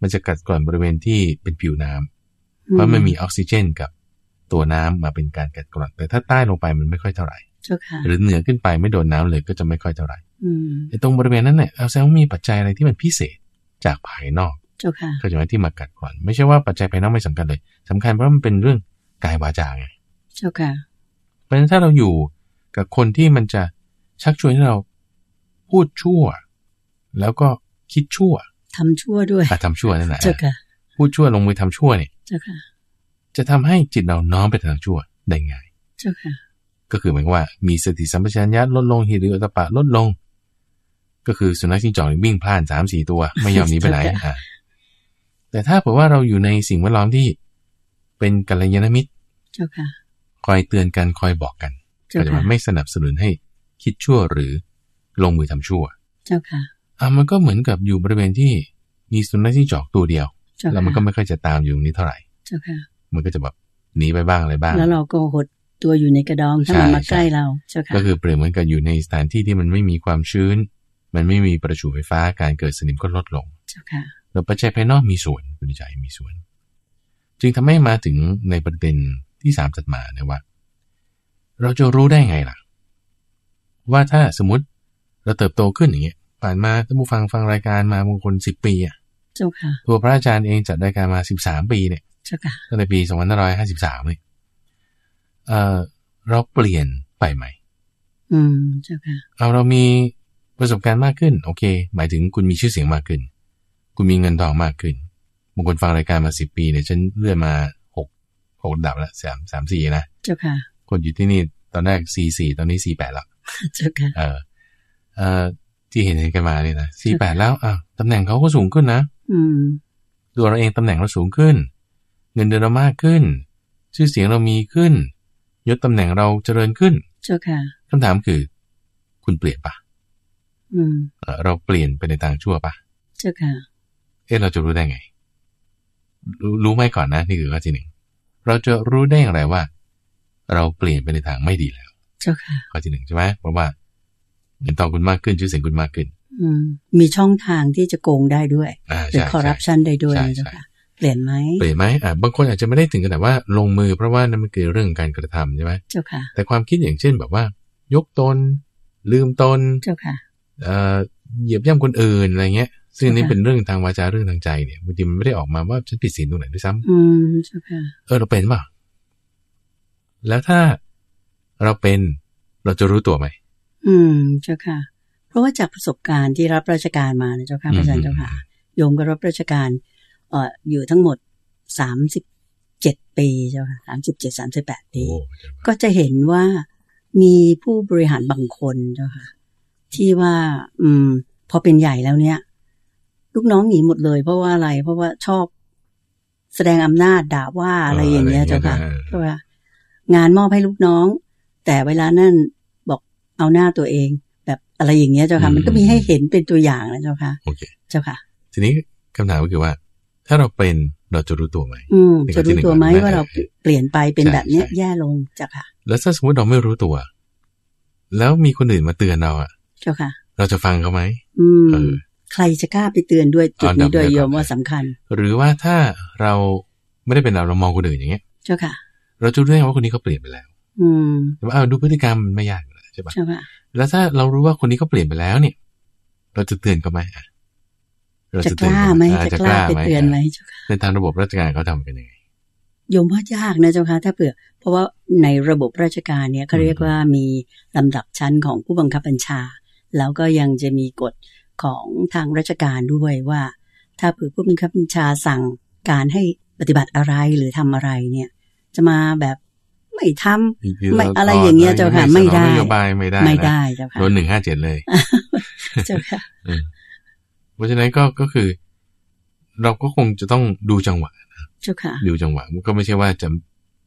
Speaker 2: มันจะกัดกร่อนบริเวณที่เป็นผิวน้ำ เพราะมันมีออกซิเจนกับตัวน้ำมาเป็นการกัดกร่อน แต่ถ้าใต้ลงไปมันไม่ค่อยเท่าไหร่
Speaker 1: เจ้าค่ะ
Speaker 2: หรือเหนือขึ้นไปไม่โดนน้ำเลยก็จะไม่ค่อยเท่าไหร่
Speaker 1: อืม
Speaker 2: ไอ้ตรงบริเวณนั้นเนี่ยเอาแซงว่ามีปัจจัยอะไรที่มันพิเศษจากภายนอก
Speaker 1: เจ้าค่ะ
Speaker 2: เข้าใจไหมที่มากัดกร่อน ไม่ใช่ว่าปัจจัยภายนอกไม่สำคัญเลยสำคัญเพราะมันเป็นเรื่องกายวาจาไง
Speaker 1: เจ้าค่ะ
Speaker 2: เพราะฉะนั้นถ้าเราอยู่กับคนที่มันจะชักชวนให้เราพูดชั่ว แล้วก็คิดชั่ว
Speaker 1: ทำชั่วด้วย
Speaker 2: อาทำชั่วนั่นแหละ
Speaker 1: เจ้าค่ะ
Speaker 2: พูดชั่วลงมือทำชั่วเนี่ย
Speaker 1: เจ้าค่ะ
Speaker 2: จะทำให้จิตเราน้อมไปทางชั่วได้ง่าย
Speaker 1: เจ้าค่ะ
Speaker 2: ก็คือหมายความว่ามีสติสัมปชัญญะลดลงฮิริโอตปะลดลง ก็คือสุนัขจิ้งจอกนี่วิ่งพล่านสามสี่ ตัว ไม่ยอมหนีไปไหน อ่ะแต่ถ้าเผื่อว่าเราอยู่ในสิ่งแวดล้อมที่เป็นกัลยาณมิตร
Speaker 1: เจ้าค่ะ
Speaker 2: คอยเตือนกันคอยบอกกัน
Speaker 1: เจ้า
Speaker 2: ก็จะ
Speaker 1: ค่ะ
Speaker 2: ไม่สนับสนุนให้คิดชั่วหรือลงมือทำชั่ว
Speaker 1: เจ้าค่ะ
Speaker 2: อ่ะมันก็เหมือนกับอยู่บริเวณที่มีสุนัขจิ้งจอกตัวเดียว
Speaker 1: เจ้า
Speaker 2: แล้วมันก็
Speaker 1: ค่ะ
Speaker 2: ไม่ค่อยจะตามอยู่ตรงนี้เท่าไหร่
Speaker 1: เจ้าค่ะ
Speaker 2: มันก็จะแบบหนีไปบ้างอะไรบ้าง
Speaker 1: แล้วเราก็หดตัวอยู่ในกระดองถ้า
Speaker 2: ใช่
Speaker 1: มันมา
Speaker 2: ใช่
Speaker 1: ใกล้เรา เจ้าค่ะ
Speaker 2: ก็คือเปรียบเหมือนกับอยู่ในสถานที่ที่มันไม่มีความชื้น มันไม่มีประจุไฟฟ้าการเกิดสนิมก็ลดลง
Speaker 1: เจ้าค่ะ
Speaker 2: แล้วปัจจัยภายนอกมีส่วนคุณใจมีส่วน จึงทำให้มาถึงในประเด็นที่สามจัดมานะว่า เราจะรู้ได้ไงล่ะ ว่าถ้าสมมติเราเติบโตขึ้นอย่างเงี้ยผ่านมาท่านผู้ฟังฟังรายการมาบางคนสิบปีอ่ะ
Speaker 1: เจ้าค่ะ
Speaker 2: ตัวพระอาจารย์เองจัดรายการมาสิบสามปีเนี่ย
Speaker 1: เจ้าค่ะ
Speaker 2: ตั้งแต่ปี2553เนี่ยเอ่อเราเปลี่ยนไปไหม
Speaker 1: อืม เจ้าค่ะ
Speaker 2: เอาเรามีประสบการณ์มากขึ้น โอเค หมายถึงคุณมีชื่อเสียงมากขึ้น คุณมีเงินทองมากขึ้นบางคนฟังรายการมาสิบปีเนี่ยฉันเลื่อนมาหกหกระดับละสามสามสี่นะ
Speaker 1: เจ้าค่ะ
Speaker 2: คนอยู่ที่นี่ตอนแรกสี่สี่ตอนนี้สี่แปดละ
Speaker 1: เจ้าค่ะ
Speaker 2: เออเออที่เห็นเห็นกันมาเนี่ยนะสี่แปดแล้วอ่ะตำแหน่งเขาก็สูงขึ้นนะ
Speaker 1: อืม
Speaker 2: ตัวเราเองตำแหน่งเราสูงขึ้น เงินเดือนเรามากขึ้น ชื่อเสียงเรามีขึ้นยศตำแหน่งเราเจริญขึ้น
Speaker 1: เจ้าค่ะ
Speaker 2: คำถามคือ คุณเปลี่ยนปะ
Speaker 1: อืม
Speaker 2: เอ่อเราเปลี่ยนไปในทางชั่วปะ
Speaker 1: เจ้าค่ะ
Speaker 2: เอ๊ะเราจะรู้ได้ไง รู้รู้ไหมก่อนนะนี่คือข้อที่หนึ่งเราจะรู้ได้อย่างไรว่า เราเปลี่ยนไปในทางไม่ดีแล้ว
Speaker 1: เจ้าค่ะ
Speaker 2: ข้อที่หนึ่งใช่ไหมเพราะว่าเงินทองคุณมากขึ้นชื่อเสียงคุณมากขึ้น
Speaker 1: อืม มีช่องทางที่จะโกงได้ด้วย
Speaker 2: อ่า
Speaker 1: หรือ
Speaker 2: ใช่
Speaker 1: คอร์รัป
Speaker 2: ใช่
Speaker 1: ชันได้ด้วย
Speaker 2: ใช่
Speaker 1: นะเจ้า
Speaker 2: ใช่
Speaker 1: ค่ะ เปลี่ยนไหม
Speaker 2: เปลี่ยนไหมอ่าบางคนอาจจะไม่ได้ถึงขนาดว่าลงมือเพราะว่านั่นมันคือเรื่องการกระทำใช่ไหม
Speaker 1: เจ้าค่ะ
Speaker 2: แต่ความคิดอย่างเช่นแบบว่า ยกตน ลืมตน
Speaker 1: เจ้าค่ะ
Speaker 2: เอ่อเหยียบย่ำคนอื่นอะไรเงี้ย ซึ่งอันนี่
Speaker 1: ค่ะ
Speaker 2: เป็นเรื่องทางวาจาเรื่องทางใจเนี่ยบางทีมันไม่ได้ออกมาว่าฉันผิดศีลตรงไหนด้วยซ้ำ
Speaker 1: อืม เจ้าค่ะ
Speaker 2: เออเราเป็นเปล่าแล้วถ้าเราเป็นเราจะรู้ตัวไหม
Speaker 1: อืม เจ้าค่ะ เพราะว่าจากประสบการณ์ที่รับราชการมานะเจ้าค่ะพระอาจารย์เจ้าค่ะ โยมก็รับราชการเอ่ออยู่ทั้งหมดสามสิบเจ็ดปีเจ้าค่ะสามสิบเจ็ดสามสิบแปดปี
Speaker 2: โอ้
Speaker 1: ก็จะเห็นว่ามีผู้บริหารบางคนเจ้าค่ะ ที่ว่า อืม พอเป็นใหญ่แล้วเนี่ย ลูกน้องหนีหมดเลย เพราะว่าอะไร เพราะว่าชอบแสดงอำนาจด่าว่าอะไรอย่างเงี้ยเจ้าค่ะ
Speaker 2: ออ
Speaker 1: ใช่ปะงานมอบให้ลูกน้อง แต่เวลานั่นบอกเอาหน้าตัวเอง แบบอะไรอย่างเงี้ยเจ้าค่ะ มันก็มีให้เห็นเป็นตัวอย่างนะเจ้าค่ะ
Speaker 2: โอเค
Speaker 1: เจ้าค่ะ
Speaker 2: ทีนี้คำถามก็คือว่า ถ้าเราเป็นเราจะรู้ตัวไหม
Speaker 1: อืม
Speaker 2: นี่ก็
Speaker 1: จะรู้ตัวไหม
Speaker 2: ที่หนึ่ง
Speaker 1: ว่าเรา
Speaker 2: เออ
Speaker 1: เปลี่ยนไปเป็น
Speaker 2: ใช่
Speaker 1: แบบเนี้ย
Speaker 2: ใช่
Speaker 1: แย่ลงเจ้าค่ะ
Speaker 2: แล้วถ้าสมมติเราไม่รู้ตัว แล้วมีคนอื่นมาเตือนเราอะ
Speaker 1: เจ้าค่ะ
Speaker 2: เราจะฟังเขาไหม
Speaker 1: อืม
Speaker 2: เออ
Speaker 1: ใครจะกล้าไปเตือนด้วยจุดนี้
Speaker 2: เอาดับ
Speaker 1: ด้วย
Speaker 2: ไว้ก่อน
Speaker 1: โยมว่าสำคัญ
Speaker 2: หรือว่าถ้าเราไม่ได้เป็นเราเรามองคนอื่นอย่างเงี้ย
Speaker 1: เจ้าค่ะ
Speaker 2: เราจะรู้ได้ไงว่าคนนี้เขาเปลี่ยนไปแล้ว
Speaker 1: อืม
Speaker 2: แต่ว่าเอาดูพฤติกรรมมันไม่ยากอยู่แล้วใช่ปะ
Speaker 1: เจ้าค่ะ
Speaker 2: แล้วถ้าเรารู้ว่าคนนี้เขาเปลี่ยนไปแล้วเนี่ย เราจะเตือนเขาไหมอะเร
Speaker 1: จะก
Speaker 2: เตือน
Speaker 1: ล้า
Speaker 2: เขา
Speaker 1: ไหม
Speaker 2: อ่
Speaker 1: จะกล้าไปเตือนไหมเจ้าค่ะ
Speaker 2: ในทางระบบราชการเขาทำกันยังไง
Speaker 1: โยมว่ายากนะเจ้าค่ะ ถ้าเผื่อพ ราะว่าในระบบราชการเนี่ยเขาเรียกว่ามีลำดับชั้นของผู้บังคับบัญชา แล้วก็ยังจะมีกฎของทางราชการด้วยว่า ถ้าเผื่อผู้บังคับบัญชาสั่งการให้ปฏิบัติอะไรหรือทำอะไรเนี่ย จะมาแบบไม่ทำ ไม่อะไรอย่างเงี้ยเจ้าค่ะไม่ได้
Speaker 2: นโยบายไม่ได้
Speaker 1: ไม่
Speaker 2: นะ
Speaker 1: ได้เจ้าค่ะ
Speaker 2: โดนหนึ่งห้าเจ็ดเลย
Speaker 1: เจ้าค่ะ
Speaker 2: เพราะฉะนั้นก็ก็คือ เราก็คงจะต้องดูจังหวะ
Speaker 1: เจ้าค่ะ
Speaker 2: ดูจังหวะมันก็ไม่ใช่ว่าจะ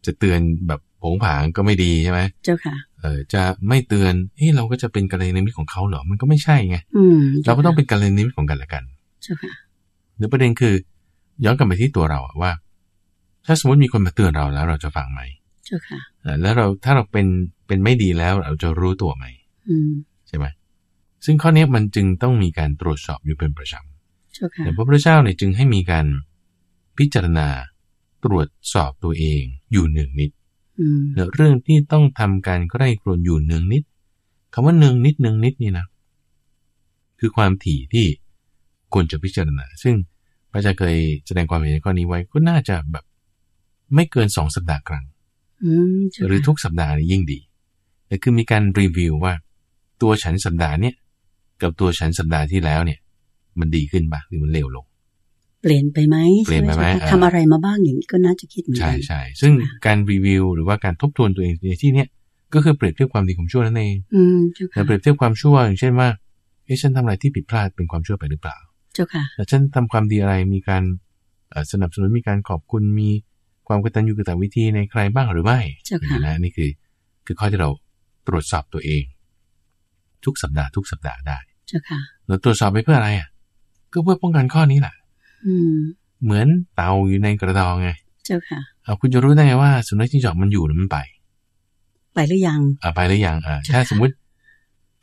Speaker 2: จะเตือนแบบโผงผางก็ไม่ดีใช่ไหม
Speaker 1: เจ้าค่ะ
Speaker 2: เออจะไม่เตือนเฮ้ยเราก็จะเป็นกัลยาณมิตรของเขาเหรอมันก็ไม่ใช่ไง
Speaker 1: อืม
Speaker 2: เราก็ต้องเป็นกัลยาณมิตรของกันและกัน
Speaker 1: เจ้าค่ะ
Speaker 2: หรือประเด็นคือ ย้อนกลับไปที่ตัวเราอะว่า ถ้าสมมติมีคนมาเตือนเราแล้วเราจะฟังไหม
Speaker 1: เจ้าค่ะ
Speaker 2: เออแล้วเราถ้าเราเป็นเป็นไม่ดีแล้วเราจะรู้ตัวไหม
Speaker 1: อืม
Speaker 2: ใช่ไหมซึ่งข้อเนี้ยมันจึงต้องมีการตรวจสอบอยู่เป็นประจำ
Speaker 1: เจ้าค่ะ
Speaker 2: แต่พระพุทธเจ้าเนี่ยจึงให้มีการพิจารณาตรวจสอบตัวเองอยู่หนึ่งนิด
Speaker 1: อืม
Speaker 2: และเรื่องที่ต้องทำการใกล้ครวนอยู่หนึ่งนิดคำว่าหนึ่งนิดหนึ่งนิดนี่นะ คือความถี่ที่ควรจะพิจารณา ซึ่งพระอาจารย์เคยแสดงความเห็นในข้อนี้ไว้ก็น่าจะแบบไม่เกินสองสัปดาห์ครั้ง
Speaker 1: อืมเจ้า
Speaker 2: หรือ
Speaker 1: ค่ะ
Speaker 2: ทุกสัปดาห์นี่ยิ่งดี แต่คือมีการรีวิวว่า ตัวฉันสัปดาห์เนี่ยกับตัวฉันสัปดาห์ที่แล้วเนี่ย มันดีขึ้นปะหรือมันเลวลง
Speaker 1: เปลี่ยนไปไหม
Speaker 2: เปลี่ยนไปไหม
Speaker 1: ใช่จ้าค่ะ
Speaker 2: เออ
Speaker 1: ทำอะไรมาบ้างอย่างนี้ก็น่าจะคิดเหมือน
Speaker 2: ใช่
Speaker 1: กัน
Speaker 2: ใช่ซึ่ง
Speaker 1: ค่ะ
Speaker 2: การรีวิวหรือว่าการทบทวนตัวเองในที่เนี้ยก็คือเปรียบเทียบความดีความชั่วนั่นเอง
Speaker 1: อืมเจ้า
Speaker 2: แต่
Speaker 1: ค่ะ
Speaker 2: เปรียบเทียบความชั่วอย่างเช่นว่าเอ๊ะฉันทำอะไรที่ผิดพลาดเป็นความชั่วไปหรือเปล่า
Speaker 1: เจ้าค่ะ
Speaker 2: แต่ฉันทำความดีอะไรมีการเอ่อสนับสนุนมีการขอบคุณมีความกตัญญูกตวิธีในใครบ้างหรือไม่
Speaker 1: เจ้าค่ะ
Speaker 2: นี่นะนี่คือคือข้อที่เราตรวจสอบตัวเอง ทุกสัปดาห์ทุกสัปดาห์ได้
Speaker 1: เจ้าค่ะ
Speaker 2: แล้วตรวจสอบไปเพื่ออะไรอ่ะก็เพื่อป้องกันข้อนี้แหละ
Speaker 1: อืม
Speaker 2: เหมือนเตาอยู่ในกระดองไง
Speaker 1: เจ้าค่ะ
Speaker 2: เอาคุณจะรู้ได้ไงว่าสุนัขจิ้งจอกมันอยู่หรือมันไป
Speaker 1: ไปหรือยัง
Speaker 2: อ่าไปหรือยังอ่า
Speaker 1: ค่ะ
Speaker 2: ถ้าสมมุติ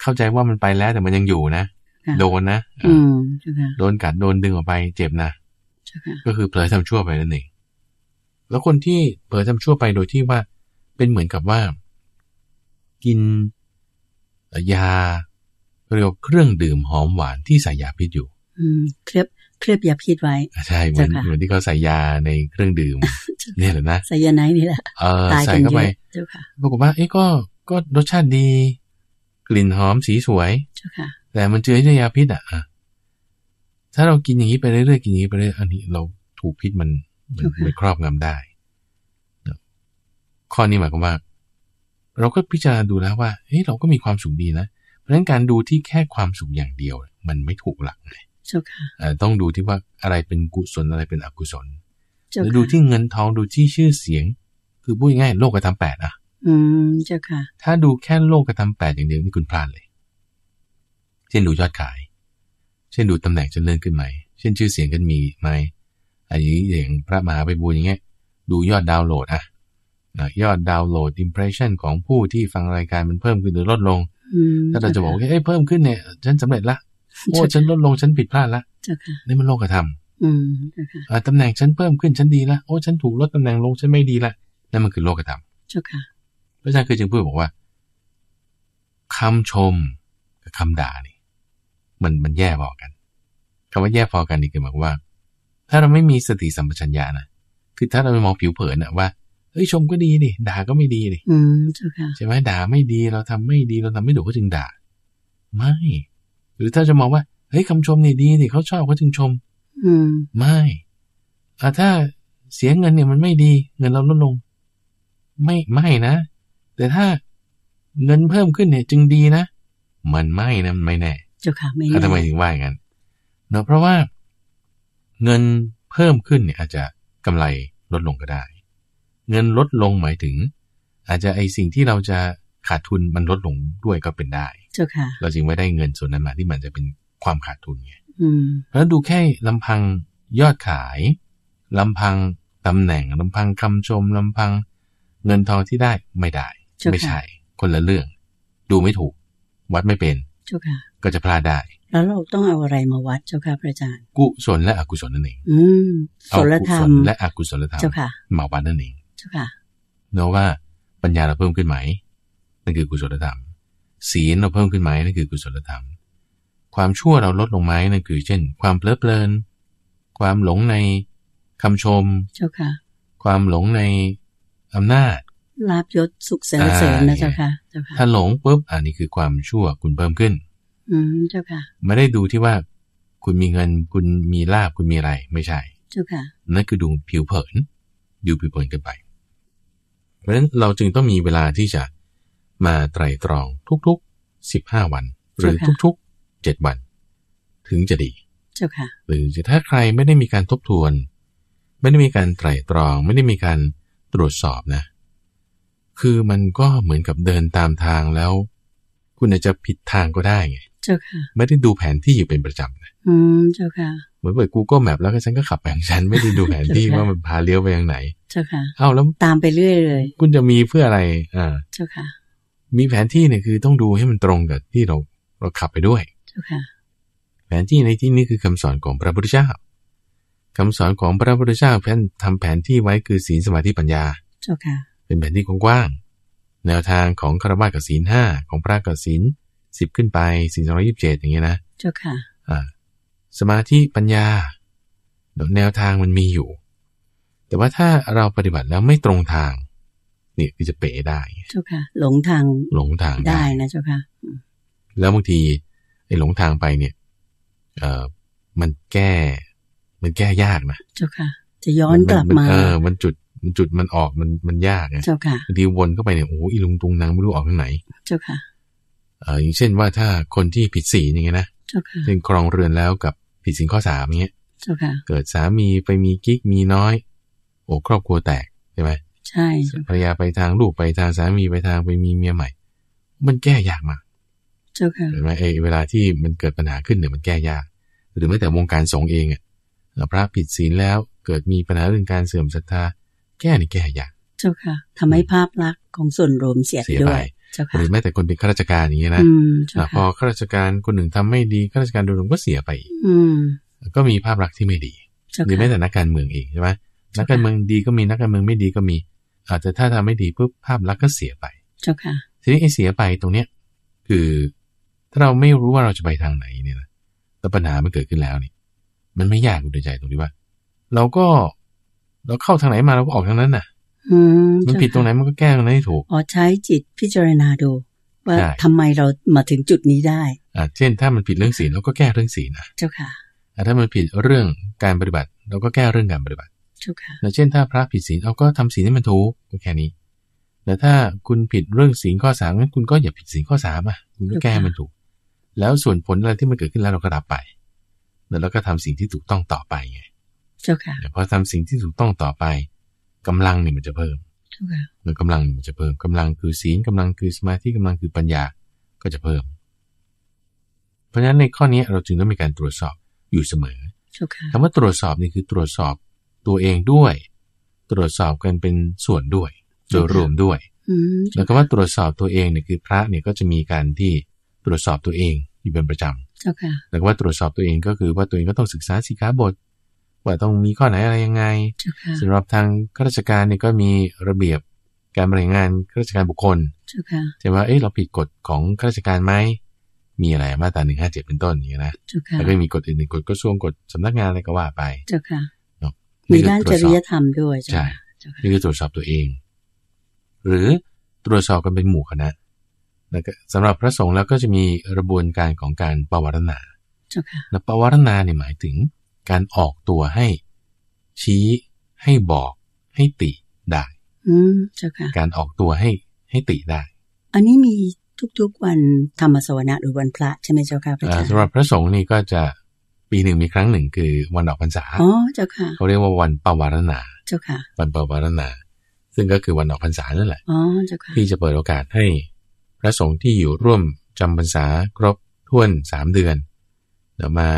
Speaker 2: เข้าใจว่ามันไปแล้วแต่มันยังอยู่นะ
Speaker 1: ค่ะ
Speaker 2: โดนนะ
Speaker 1: อื
Speaker 2: อ่าม
Speaker 1: เจ้าค่ะ
Speaker 2: โดนกัดโดนดึงออกไปเจ็บนะ
Speaker 1: เจ้าค่ะ
Speaker 2: ก็คือเผลอทำชั่วไปนั่นเอง แล้วคนที่เผลอทำชั่วไปโดยที่ว่าเป็นเหมือนกับว่า กินเอ่อยาเรียกว่าเครื่องดื่มหอมหวานที่ใส่ยาพิษอยู่
Speaker 1: อืมเคลือบเคลือบยาพิษไว้
Speaker 2: อ่ะใช่เหมือน
Speaker 1: เจ้าค่ะ
Speaker 2: เหมือนที่เขาใส่ยาในเครื่องดื่มเนี่ยแหละนะ
Speaker 1: ไซยาไนด์นี่แหละ
Speaker 2: เออ
Speaker 1: ตาย
Speaker 2: ใส่
Speaker 1: กัน
Speaker 2: เข้า
Speaker 1: เย
Speaker 2: ไป
Speaker 1: อะเจ้าค่ะ
Speaker 2: ปรากฏว่าเอ้ก็ก็รสชาติดี กลิ่นหอมสีสวย
Speaker 1: เจ้าค่ะ
Speaker 2: แต่มันเจือด้วยยาพิษอ่ะอ่ะถ้าเรากินอย่างนี้ไปเรื่อยๆกินอย่างนี้ไปเรื่อยอันนี้เราถูกพิษมันมัน
Speaker 1: ถูกค่ะ
Speaker 2: มันครอบงำได้นะข้อนี้หมายความว่า เราก็พิจารณาดูแล้วว่าเฮ้ยเราก็มีความสุขดีนะเพราะฉะนั้นการดูที่แค่ความสุขอย่างเดียว มันไม่ถูกหลักไง
Speaker 1: เจ้าค่ะ
Speaker 2: อ่ะต้องดูที่ว่าอะไรเป็นกุศลอะไรเป็นอกุศล
Speaker 1: เจ้า
Speaker 2: แล้วดู
Speaker 1: ค่ะ
Speaker 2: ที่เงินทองดูที่ชื่อเสียง คือพูดง่ายๆโลกธรรมแปดอ่ะ
Speaker 1: อืมเจ้าค่ะ
Speaker 2: ถ้าดูแค่โลกกระทำแปดอย่างเดียวนี่คุณพลาดเลย เช่นดูยอดขาย เช่นดูตำแหน่งจะเลื่อนขึ้นไหม เช่นชื่อเสียงกันมีไหมอันนี้อย่างพระมหาไปบูลย์อย่างเงี้ย ดูยอดดาวน์โหลดอะนะยอดดาวน์โหลดอิมเพรสชันของผู้ที่ฟังรายการมันเพิ่มขึ้นหรือลดลง
Speaker 1: อืม
Speaker 2: ถ้าเราจะบอกว่าเอ้ยเพิ่มขึ้นเนี่ย ฉันสำเร็จละโอ้
Speaker 1: เจ้า
Speaker 2: ฉันลดลงฉันผิดพลาดละ
Speaker 1: เจ้าค่ะ
Speaker 2: นี่มันโลกกระทำ
Speaker 1: อืมเจ้าค่ะ
Speaker 2: อ่าตำแหน่งฉันเพิ่มขึ้นฉันดีละโอ้ฉันถูกลดตำแหน่งลงฉันไม่ดีละนั่นมันคือโลกกระทำ
Speaker 1: เจ้าค่ะ
Speaker 2: พระอาจารย์เคยจึงพูดบอกว่าคำชมกับคำด่านี่ มันมันแย่พอกันคำว่าแย่พอกันนี่คือหมายความว่า ถ้าเราไม่มีสติสัมปชัญญะนะคือถ้าเราไปมองผิวเผินอะว่าเอ้ยชมก็ดีดิด่าก็ไม่ดีดิ
Speaker 1: อืมเจ้าค่ะ
Speaker 2: ใช่ไหมด่าไม่ดีเราทำไม่ดีเราทำไม่ถูกก็จึงด่า ไม่ หรือถ้าจะมองว่าเฮ้ยคำชมนี่ดีดิเขาชอบเขาจึงชม
Speaker 1: อืม
Speaker 2: ไม่อ่ะถ้าเสียเงินเนี่ยมันไม่ดี เงินเราลดลง ไม่ไม่นะ แต่ถ้าเงินเพิ่มขึ้นเนี่ยจึงดีนะ มันไม่นะมันไม่แน่
Speaker 1: เจ้าค่ะไม่
Speaker 2: อ่ะ
Speaker 1: แน่
Speaker 2: ทำไมถึงว่าอย่างนั้นเนาะเพราะว่า เงินเพิ่มขึ้นเนี่ย อาจจะกำไรลดลงก็ได้ เงินลดลงหมายถึง อาจจะไอสิ่งที่เราจะขาดทุนมันลดลงด้วยก็เป็นได้
Speaker 1: เจ้าค่ะ
Speaker 2: เราจึงไม่ได้เงินส่วนนั้นมาที่มันจะเป็นความขาดทุนไง
Speaker 1: อืม
Speaker 2: เพราะฉะนั้นดูแค่ลำพังยอดขายลำพังตำแหน่งลำพังคำชมลำพังเงินทองที่ได้ไม่ได้
Speaker 1: เจ้า
Speaker 2: ไม่
Speaker 1: ค่ะ
Speaker 2: ใช่ คนละเรื่อง ดูไม่ถูก วัดไม่เป็น
Speaker 1: เจ้าค่ะ
Speaker 2: ก็จะพลาดได้
Speaker 1: แล้วเราต้องเอาอะไรมาวัดเจ้าค่ะพระอาจารย์
Speaker 2: กุศลและอกุศลนั่นเอง
Speaker 1: อืมโส
Speaker 2: เอา
Speaker 1: ล
Speaker 2: กุ
Speaker 1: ธร
Speaker 2: ศ
Speaker 1: รม
Speaker 2: ลและอกุศลธรรม
Speaker 1: เจ้าค่ะ
Speaker 2: มาวัดนั่นเอง
Speaker 1: เจ้าค่ะ
Speaker 2: เนาะว่าปัญญาเราเพิ่มขึ้นไหมนั่นคือกุศลธรรม ศีลเราเพิ่มขึ้นไหมนั่นคือกุศลธรรม ความชั่วเราลดลงไหมนั่นคือ เช่น ความเพลิดเพลิน ความหลงในคำชม
Speaker 1: เจ้าค่ะ
Speaker 2: ความหลงในอำนาจ
Speaker 1: ลาบยศสุขเสริญเสริญนะเจ้าค่ะเจ้าค่ะ
Speaker 2: ถ้าหลงปุ๊บอันนี้คือความชั่วคุณเพิ่มขึ้น
Speaker 1: อืมเจ้าค่ะ
Speaker 2: ไม่ได้ดูที่ว่า คุณมีเงินคุณมีลาบคุณมีอะไร ไม่ใช่
Speaker 1: เจ้าค่ะ
Speaker 2: นั่นคือดูผิวเผินดูผิวเผินกันไป เพราะฉะนั้นเราจึงต้องมีเวลาที่จะมาไตร่ตรองทุกๆ 15 วัน หรือ
Speaker 1: ใช่ค่ะ
Speaker 2: ทุกๆ 7 วัน ถึงจะดี
Speaker 1: เจ้าค่ะ
Speaker 2: หรือถ้าใครไม่ได้มีการทบทวน ไม่ได้มีการไตร่ตรอง ไม่ได้มีการตรวจสอบนะ คือมันก็เหมือนกับเดินตามทางแล้ว คุณอาจจะผิดทางก็ได้ไง
Speaker 1: เจ้าค่ะ
Speaker 2: ไม่ได้ดูแผนที่อยู่เป็นประจำนะ
Speaker 1: อืมเจ้าค่ะ
Speaker 2: เหมือนเปิด Google Map แล้วก็ฉันก็ขับแบบฉันไม่ได้ดูแผนที่
Speaker 1: ใช่ค่ะ
Speaker 2: ว่ามันพาเลี้ยวไปทางไหน
Speaker 1: เจ้าค่ะ
Speaker 2: เอ้าแล้ว
Speaker 1: ตามไปเรื่อยเลย
Speaker 2: คุณจะมีเพื่ออะไรอ่า
Speaker 1: เจ้าค่ะ
Speaker 2: มีแผนที่เนี่ยคือต้องดูให้มันตรงกับที่เราเราขับไปด้วย
Speaker 1: เจ้าค่ะ
Speaker 2: แผนที่ในที่นี้คือคำสอนของพระพุทธเจ้าคำสอนของพระพุทธเจ้าแผนทำแผนที่ไว้คือศีลสมาธิปัญญา
Speaker 1: เจ้าค่ะ
Speaker 2: เป็นแผนที่กว้างๆแนวทางของคารวะกับศีลห้าของพระกับศีลสิบขึ้นไปศีลสองร้อยยี่สิบเจ็ดอย่างเงี้ยนะ
Speaker 1: เจ้าค่ะ
Speaker 2: อ่าสมาธิปัญญาแนวทางมันมีอยู่ แต่ว่าถ้าเราปฏิบัติแล้วไม่ตรงทางเนี่ยคือจะเป๋ได้
Speaker 1: เจ้าค่ะ หลงทาง
Speaker 2: หลงทางได้
Speaker 1: ได้นะเจ้าค่ะอืม
Speaker 2: แล้วบางทีไอ้หลงทางไปเนี่ยเออมันแก้มันแก้ยากนะ
Speaker 1: เจ้าค่ะ จะย้อนกลับมา
Speaker 2: เออ มันจุด มันจุดมันออก มัน มันยากไง
Speaker 1: เจ้าค่ะ
Speaker 2: บางทีวนเข้าไปเนี่ย โอ้โหอีลุงตุงนางไม่รู้ออกทางไหน
Speaker 1: เจ้าค่ะ
Speaker 2: เอออย่างเช่นว่าถ้าคนที่ผิดศีลอย่างเงี้ยนะ
Speaker 1: เจ้าค่ะ
Speaker 2: เช่นครองเรือนแล้วกับผิดศีลข้อสามอย่างเงี้ย
Speaker 1: เจ้าค่ะ
Speaker 2: เกิดสามีไปมีกิ๊กมีน้อย โอ้ครอบครัวแตกใช่ไหม
Speaker 1: ใช่เจ้า
Speaker 2: ภรรยาไปทางลูกไปทางสามีไปทางไปมีเมียใหม่ มันแก้ยากมาก
Speaker 1: เจ้าค่ะ
Speaker 2: เห็นไหมเอยเวลาที่มันเกิดปัญหาขึ้นเนี่ยมันแก้ยาก หรือแม้แต่วงการสงฆ์เองอะพระผิดศีลแล้วเกิดมีปัญหาเรื่องการเสื่อมศรัทธา แก้นี่แก้ยาก
Speaker 1: เจ้าค่ะทำให้ภาพลักษณ์ของส่วนรวมเสียไป
Speaker 2: เสีย
Speaker 1: ด้
Speaker 2: ไป
Speaker 1: วย เจ้า
Speaker 2: ห
Speaker 1: ค่ะ
Speaker 2: รือแม้แต่คนเป็นข้าราชการอย่างเงี้ยนะ
Speaker 1: อืม เจ้า
Speaker 2: อ่ะพอ
Speaker 1: ค่ะ
Speaker 2: ข้าราชการคนหนึ่งทำไม่ดีข้าราชการโดยรวมก็เสียไปอีก
Speaker 1: อืม
Speaker 2: ก็มีภาพลักษณ์ที่ไม่ดี
Speaker 1: เจ้า
Speaker 2: หรือแม้
Speaker 1: ค่ะ
Speaker 2: แต่นักการเมืองเองใช่ไหมนักการเมืองดีก็มีนักการเมืองไม่ดีก็มีอาจจะแต่ถ้าทำไม่ดีปุ๊บภาพลักษณ์ก็เสียไป
Speaker 1: เจ้าค่ะ
Speaker 2: ทีนี้ไอ้เสียไปตรงเนี้ยคือถ้าเราไม่รู้ว่าเราจะไปทางไหนเนี่ยนะแล้วปัญหามันเกิดขึ้นแล้วนี่มันไม่ยากคุณใจตรงที่ว่า เราก็เราเข้าทางไหนมาเราก็ออกทางนั้นน่ะ
Speaker 1: อืม
Speaker 2: มัน
Speaker 1: เจ้า
Speaker 2: ผิดตรงไหน
Speaker 1: ค่ะ
Speaker 2: มันก็แก้ตรงนั้นให้ถูก
Speaker 1: อ๋อใช้จิตพิจารณาดู ว่า
Speaker 2: ใช่
Speaker 1: ทำไมเรามาถึงจุดนี้ได้
Speaker 2: อ่ะเช่น ถ้ามันผิดเรื่องศีลเราก็แก้เรื่องศีลนะ
Speaker 1: เจ้าค่ะ
Speaker 2: อ่ะถ้ามันผิดเรื่องการปฏิบัติ เราก็แก้เรื่องการปฏิบัติ
Speaker 1: เจ้าค่ะ
Speaker 2: อย่างเช่นถ้าพระผิดศีลเราก็ทำศีลให้มันถูกก็แค่นี้ แต่ถ้าคุณผิดเรื่องศีลข้อสามงั้นคุณก็อย่าผิดศีลข้อสามอ่ะคุณก็แก้มันถูก แล้วส่วนผลอะไรที่มันเกิดขึ้นแล้วเราก็รับไปแล้วเราก็ทำสิ่งที่ถูกต้องต่อไปไง
Speaker 1: เจ้าค่ะ
Speaker 2: พอทำสิ่งที่ถูกต้องต่อไปกำลังเนี่ยมันจะเพิ่ม
Speaker 1: เจ้าค่ะ
Speaker 2: เมื่อกำลังมันจะเพิ่มกำลังคือศีลกำลังคือสมาธิกำลังคือปัญญาก็จะเพิ่ม เพราะฉะนั้นในข้อนี้เราจึงต้องมีการตรวจสอบอยู่เสมอ
Speaker 1: เจ้าค่ะ
Speaker 2: คำว่าตรวจสอบนี่คือตรวจสอบตัวเองด้วย ตรวจสอบกันเป็นส่วนด้วย โดยรวมด้วย
Speaker 1: อืม
Speaker 2: แล้
Speaker 1: เจ้าว
Speaker 2: คำว่าตรวจสอบตัวเองเนี่ยคือพระเนี่ยก็จะมีการที่ตรวจสอบตัวเองอยู่เป็นประจ
Speaker 1: เจ้าค่ะ
Speaker 2: ำแล้วก็ว่าตรวจสอบตัวเองก็คือว่าตัวเองก็ต้องศึกษาสิกขาบท ว่าต้องมีข้อไหนอะไรยังไง
Speaker 1: เจ้าค่ะ
Speaker 2: สำหรับทางข้าราชการเนี่ยก็มีระเบียบการบริหารงานข้าราชการบุคคล
Speaker 1: เจ้าค่ะ
Speaker 2: ใช่ไหมเอ้ยเราผิดกฎของข้าราชการไหมมีอะไรมาตราหนึ่งห้าเจ็ดเป็นต้นอย่างเงี้ยนะ
Speaker 1: เจ้าค่ะ
Speaker 2: แล้วก็มีกฎอื่นๆกฎกระทรวงกฎสำนักงานอะไรก็ว่าไป
Speaker 1: เจ้าค่ะ
Speaker 2: เนาะ
Speaker 1: มี
Speaker 2: นี่คือ
Speaker 1: ด้าน
Speaker 2: ต
Speaker 1: จ
Speaker 2: วจส
Speaker 1: ริ
Speaker 2: อบ
Speaker 1: ยธรรมด้วยเจ้า
Speaker 2: ใช่
Speaker 1: ค่ะเจ้าค่ะ
Speaker 2: นี่คือตรวจสอบตัวเอง หรือตรวจสอบกันเป็นหมู่คณะแล้วก็สำหรับพระสงฆ์แล้วก็จะมีกระบวนการของการปวารณา
Speaker 1: เจ้าค่ะ
Speaker 2: และปวารณาเนี่ยหมายถึงการออกตัวให้ชี้ ให้บอก ให้ติได้
Speaker 1: อืม เจ้าค่ะ
Speaker 2: การออกตัวให้ให้ติได้
Speaker 1: อันนี้มีทุกๆวันธรรมสวนะหรือวันพระใช่ไหมเจ้าค่ะพระอา
Speaker 2: อ่า
Speaker 1: จารย์
Speaker 2: สำหรับพระสงฆ์นี่ก็จะปีหนึ่งมีครั้งหนึ่งคือวันออกพรรษา
Speaker 1: อ๋อ เจ้าค่ะ
Speaker 2: เขาเรียกว่าวันปวารณา
Speaker 1: เจ้าค่ะ
Speaker 2: วันปวารณา ซึ่งก็คือวันออกพรรษานั่นแหละ
Speaker 1: อ๋อ เจ้าค่ะ
Speaker 2: ที่จะเปิดโอกาสให้พระสงฆ์ที่อยู่ร่วมจำพรรษาครบถ้วนสามเดือนเดี๋ยวมา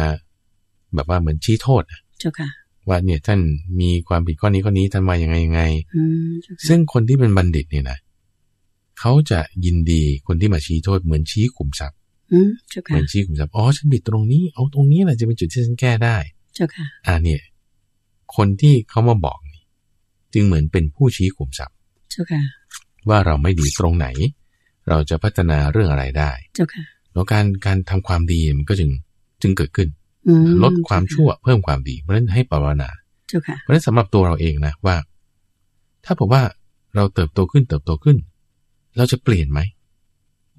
Speaker 2: แบบว่าเหมือนชี้โทษอะ
Speaker 1: เจ้าค่ะ
Speaker 2: ว่าเนี่ยท่านมีความผิดข้อนี้ข้อนี้ท่านมายังไงยังไง
Speaker 1: อืม เจ้าค่ะ
Speaker 2: ซึ่งคนที่เป็นบัณฑิตเนี่ยนะเขาจะยินดีคนที่มาชี้โทษเหมือนชี้ขุมทรัพย์
Speaker 1: อืม เจ้า
Speaker 2: เห
Speaker 1: ค่ะ
Speaker 2: มือนชี้ขุมทรัพย์อ๋อฉันผิดตรงนี้เอาตรงนี้แหละจะเป็นจุดที่ฉันแก้ได้
Speaker 1: เจ้าค่ะ
Speaker 2: อ่าเนี่ย คนที่เขามาบอกนี่จึงเหมือนเป็นผู้ชี้ขุมทรัพย์
Speaker 1: เจ้าค่ะ
Speaker 2: ว่าเราไม่ดีตรงไหน เราจะพัฒนาเรื่องอะไรได้
Speaker 1: เจ้าค่ะ
Speaker 2: แล้วการการทำความดีมันก็จึงจึงเกิดขึ้น
Speaker 1: อืม
Speaker 2: ลดความชั่วเพิ่มความดีเพราะฉะนั้นให้ปรารถนา
Speaker 1: เจ้าค่ะ
Speaker 2: เพราะฉะนั้นสำหรับตัวเราเองนะว่า ถ้าผมว่า เราเติบโตขึ้นเติบโตขึ้น เราจะเปลี่ยนไหม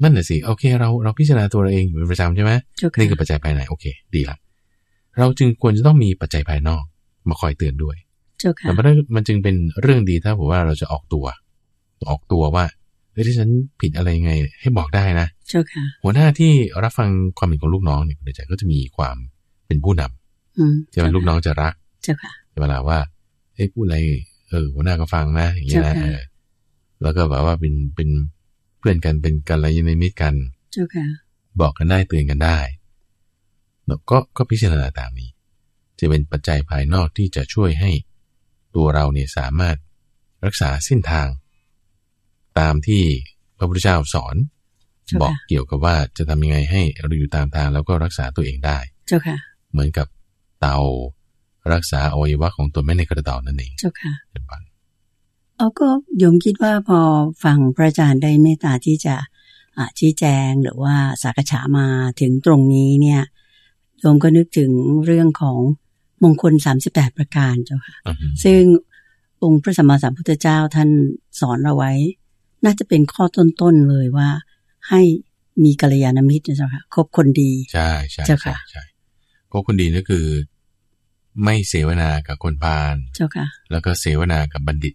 Speaker 2: นั่นน่ะสิโอเค เราเราพิจารณาตัวเราเองอยู่เป็นประจำใช่ไหม
Speaker 1: เจ้าค่ะ
Speaker 2: นี่คือปัจจัยภายในโอเค ดีละเราจึงควรจะต้องมีปัจจัยภายนอกมาคอยเตือนด้วย
Speaker 1: เจ้าค่ะ
Speaker 2: แต่เพราะฉะนั้นมันจึงเป็นเรื่องดีถ้าผมว่าเราจะออกตัว ออกตัวว่าเฮ้ยที่ฉันผิดอะไรยังไง ให้บอกได้นะ
Speaker 1: เจ้าค่ะ
Speaker 2: หัวหน้าที่รับฟังความเห็นของลูกน้องเนี่ยคุณเดชใจก็จะมีความเป็นผู้น
Speaker 1: อืม
Speaker 2: ำใช่ไหมลูกน้องจะรัก
Speaker 1: เจ้าค่ะ
Speaker 2: เวลาว่าเอ้ยพูดอะไรเออหัวหน้าก็ฟังนะ อย่างเงี้ยนะ
Speaker 1: ใช่ค่ะ
Speaker 2: เออแล้วก็แบบว่าเป็นเป็นเพื่อนกันเป็นกัลยาณมิตรกัน
Speaker 1: เจ้าค่ะ
Speaker 2: บอกกันได้เตือนกันได้แล้วก็ก็พิจารณาตามนี้ จะเป็นปัจจัยภายนอกที่จะช่วยให้ตัวเราเนี่ยสามารถรักษาเส้นทาง ตามที่พระพุทธเจ้าสอน
Speaker 1: เจ้าค่ะ
Speaker 2: บอกเกี่ยวกับว่าจะทำยังไงให้เราอยู่ตามทางแล้วก็รักษาตัวเองได้
Speaker 1: เจ้าค่ะ
Speaker 2: เหมือนกับเตารักษาอวัยวะของตนไม่ในกระดองนั่นเอง
Speaker 1: เจ้าค่ะ
Speaker 2: เป็นวัน
Speaker 1: เอาก็โยมคิดว่าพอฟังพระอาจารย์ได้เมตตาที่จะอ่าชี้แจงหรือว่าสักฉามาถึงตรงนี้เนี่ยโยมก็นึกถึงเรื่องของมงคล 38 ประการเจ้าค่ะ
Speaker 2: อือฮึ
Speaker 1: ซึ่งองค์พระสัมมาสัมพุทธเจ้าท่านสอนเราไว้ น่าจะเป็นข้อต้นๆเลยว่า ให้มีกัลยาณมิตรนะเจ้าค่ะคบคนดี
Speaker 2: ใช่ใช่
Speaker 1: เจ้า
Speaker 2: ใช่
Speaker 1: ค่ะ
Speaker 2: ใช่ก็คนดีก็คือ ไม่เสวนากับคนพาล
Speaker 1: เจ้าค่ะ
Speaker 2: แล้วก็เสวนากับบัณฑิต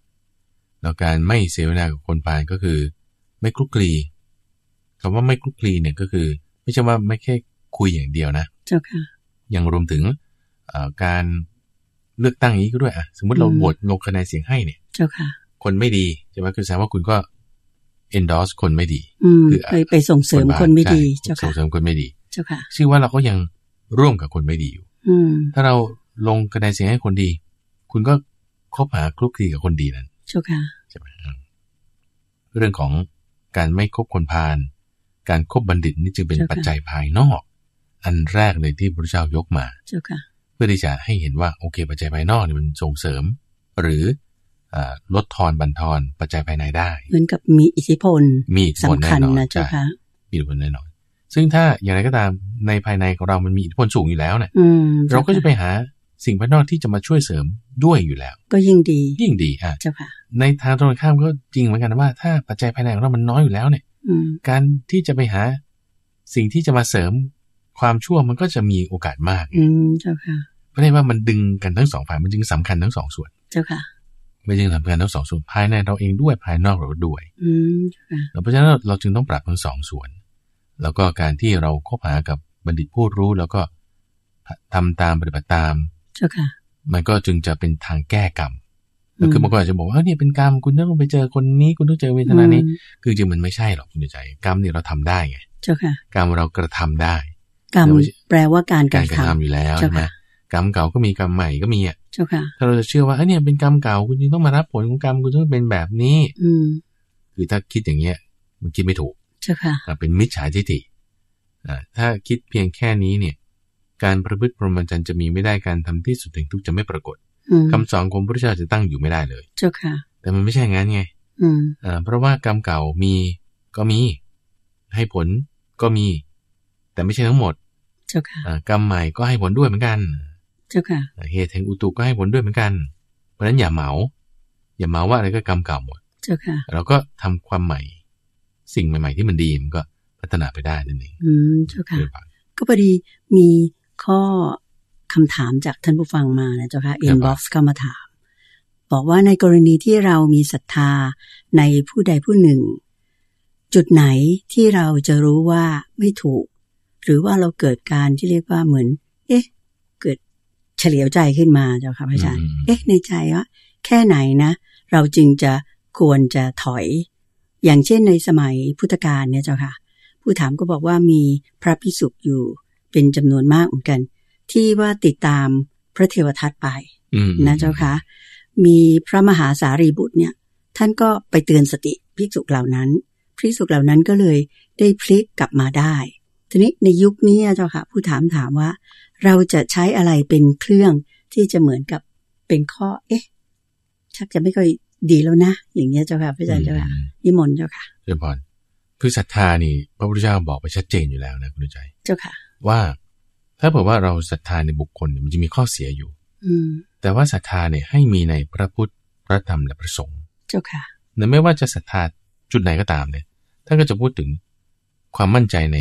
Speaker 2: แล้วการไม่เสวนากับคนพาลก็คือ ไม่คลุกคลีคำว่าไม่คลุกคลีเนี่ยก็คือ ไม่ใช่ว่าไม่แค่คุยอย่างเดียวนะ
Speaker 1: เจ้าค่ะ
Speaker 2: ยังรวมถึงเอ่อการเลือกตั้งอย่างนี้ก็ด้วยอ่ะสมมติเรา
Speaker 1: อืม
Speaker 2: โหวตลงคะแนนเสียงให้เนี่ย
Speaker 1: เจ้าค่ะ
Speaker 2: คนไม่ดีใช่ไหมคือแสดงว่าคุณก็ endorse คนไม่ดี
Speaker 1: อืม
Speaker 2: คือ
Speaker 1: เคยไปส่งเสริม
Speaker 2: บ้า
Speaker 1: คนไม่ดี
Speaker 2: ใช่
Speaker 1: เจ้า
Speaker 2: ส่
Speaker 1: ค่ะ
Speaker 2: งเสริมคนไม่ดี
Speaker 1: เจ้าค่ะ
Speaker 2: ชื่อว่าเราก็ยังร่วมกับคนไม่ดีอยู่
Speaker 1: อืม
Speaker 2: ถ้าเราลงคะแนนเสียงให้คนดี คุณก็คบหาคลุกคลีกับคนดีนั้น
Speaker 1: เจ้าค่ะ
Speaker 2: ใช่ไหมครับเรื่องของการไม่คบคนพาลการคบบัณฑิตนี่จึงเป็น
Speaker 1: เจ้าค่ะ
Speaker 2: ปัจจัยภายนอก อันแรกเลยที่พระเจ้ายกมา
Speaker 1: เจ้าค่ะ
Speaker 2: เพื่อที่จะให้เห็นว่าโอเค ปัจจัยภายนอกเนี่ยมันส่งเสริม หรืออาลดทอนบั่นทอนปัจจัยภายในได้
Speaker 1: เหมือนกับมีอิทธิพล
Speaker 2: มีอิทธิพล
Speaker 1: สำ
Speaker 2: แน่
Speaker 1: คัญ
Speaker 2: นอน
Speaker 1: นะเจ้า
Speaker 2: ใช่
Speaker 1: ค่ะ
Speaker 2: มีอิทธิพลแน่นอน ซึ่งถ้าอย่างไรก็ตามในภายในของเรามันมีอิทธิพลสูงอยู่แล้วเนี่ย
Speaker 1: อืม
Speaker 2: เราก็
Speaker 1: จ้
Speaker 2: จะไปหาสิ่งภายนอกที่จะมาช่วยเสริมด้วยอยู่แล้ว
Speaker 1: ก็ยิ่งดี
Speaker 2: ยิ่งดีอ่ะ
Speaker 1: เจ้าค่ะ
Speaker 2: ในทางตรงกันข้ามก็จริงเหมือนกันนะว่าถ้าปัจจัยภายในของเรามันน้อยอยู่แล้วเนี่ย
Speaker 1: อืม
Speaker 2: การที่จะไปหาสิ่งที่จะมาเสริมความชั่วมันก็จะมีโอกาสมาก
Speaker 1: อืมเจ้าค่ะ
Speaker 2: เพราะได้ว่ามันดึงกันทั้งสองฝ่ายมันจึงสำคัญทั้งสองส่วน
Speaker 1: เจ้าค่ะ
Speaker 2: ไม่จึงสำคัญทั้งสองส่วนภายในเราเองด้วยภายนอกเราด้วย
Speaker 1: อืมเจ้าค่ะ
Speaker 2: เพราะฉะนั้นเราเราจึงต้องปรับทั้งสองส่วน แล้วก็การที่เราคบหากับบัณฑิตผู้รู้แล้วก็ทำตามปฏิบัติตาม
Speaker 1: เจ้าค่ะ
Speaker 2: มันก็จึงจะเป็นทางแก้กรรม
Speaker 1: อืม
Speaker 2: คือบางคนอาจจะบอกว่าเอ้ยเนี่ยเป็นกรรมคุณต้องไปเจอคนนี้คุณต้องเจอเวทนานี้
Speaker 1: อืม
Speaker 2: คือจริงมันไม่ใช่หรอกคุณใจ กรรมเนี่ยเราทำได้ไง
Speaker 1: เจ้าค่ะ
Speaker 2: กรรมเรากระทำได้
Speaker 1: กรรม
Speaker 2: เราจะ
Speaker 1: แปลว่าการ
Speaker 2: การ
Speaker 1: กะ
Speaker 2: รกระ
Speaker 1: ทำ
Speaker 2: ทำอยู่แล้ว
Speaker 1: เจ้า
Speaker 2: ใช่ไหม
Speaker 1: ค่ะ
Speaker 2: กรรมเก่าก็มีกรรมใหม่ก็มีอ่ะ
Speaker 1: เจ้าค่ะ
Speaker 2: ถ้าเราจะเชื่อว่าเอ้ยเนี่ยเป็นกรรมเก่าคุณจึงต้องมารับผลของกรรมคุณต้องเป็นแบบนี้
Speaker 1: อืม
Speaker 2: คือถ้าคิดอย่างเงี้ยมันคิดไม่ถูก
Speaker 1: เจ้าค่ะ
Speaker 2: อ่ะเป็นมิจฉาทิฏฐิอ่ะถ้าคิดเพียงแค่นี้เนี่ย การประพฤติพรหมจรรย์จะมีไม่ได้การทำที่สุดถึงทุกข์จะไม่ปรากฏ
Speaker 1: อืม
Speaker 2: คำสอนของพระพุทธเจ้าจะตั้งอยู่ไม่ได้เลย
Speaker 1: เจ้าค่ะ
Speaker 2: แต่มันไม่ใช่งั้นไง
Speaker 1: อืม
Speaker 2: อ่าเพราะว่ากรรมเก่ามีก็มี ให้ผลก็มี แต่ไม่ใช่ทั้งหมด
Speaker 1: เจ้าค่ะ
Speaker 2: อ่ากรรมใหม่ก็ให้ผลด้วยเหมือนกัน
Speaker 1: เจ้าค่ะ
Speaker 2: อ่าเหตุแห่งอุตุก็ให้ผลด้วยเหมือนกัน เพราะฉะนั้นอย่าเหมา อย่าเหมาว่าอะไรก็กรรมเก่าหมด
Speaker 1: เจ้าค่ะ
Speaker 2: เราก็ทำความใหม่ สิ่งใหม่ ๆ ที่มันดีมันก็พัฒนาไปได้นั่นเอง
Speaker 1: อืมเจ้าค่ะ
Speaker 2: ด้วยปาก
Speaker 1: ก็พอดีมีข้อคำถามจากท่านผู้ฟังมานะเจ้าค่ะ inbox เข้ามาถาม บอกว่าในกรณีที่เรามีศรัทธาในผู้ใดผู้หนึ่ง จุดไหนที่เราจะรู้ว่าไม่ถูก หรือว่าเราเกิดการที่เรียกว่าเหมือน เอ๊ะ เกิดเฉลียวใจขึ้นมาเจ้าค่ะพระอาจารย์
Speaker 2: ม
Speaker 1: เอ๊ะในใจว่าแค่ไหนนะ เราจึงจะควรจะถอย อย่างเช่นในสมัยพุทธกาลเนี่ยเจ้าค่ะ ผู้ถามก็บอกว่ามีพระพิสุกอยู่เป็นจำนวนมากเหมือนกัน ที่ว่าติดตามพระเทวทัตไป
Speaker 2: อืม
Speaker 1: นะเจ้าค่ะ มีพระมหาสารีบุตรเนี่ย ท่านก็ไปเตือนสติภิกษุเหล่านั้นภิกษุเหล่านั้นก็เลยได้พลิกกลับมาได้ ทีนี้ในยุคนี้อะเจ้าค่ะ ผู้ถามถามว่า เราจะใช้อะไรเป็นเครื่องที่จะเหมือนกับเป็นข้อ เอ๊ะ ชักจะไม่ค่อยดีแล้วนะ อย่างเงี้ยเจ้าค่ะพระอาจารย์เจ้าค่ะ
Speaker 2: อืม
Speaker 1: นิมนต์เจ้าค่ะ
Speaker 2: เรื่องพรคือศรัทธานี่ พระพุทธเจ้าบอกไปชัดเจนอยู่แล้วนะคุณใจ
Speaker 1: เจ้าค่ะ
Speaker 2: ว่า ถ้าเผื่อว่าเราศรัทธาในบุคคลเนี่ยมันจะมีข้อเสียอยู่
Speaker 1: อืม
Speaker 2: แต่ว่าศรัทธาเนี่ยให้มีในพระพุทธ พระธรรม และพระสงฆ์
Speaker 1: เจ้าค่ะ
Speaker 2: นะไม่ว่าจะศรัทธาจุดไหนก็ตามเนี่ยท่านก็จะพูดถึงความมั่นใจใน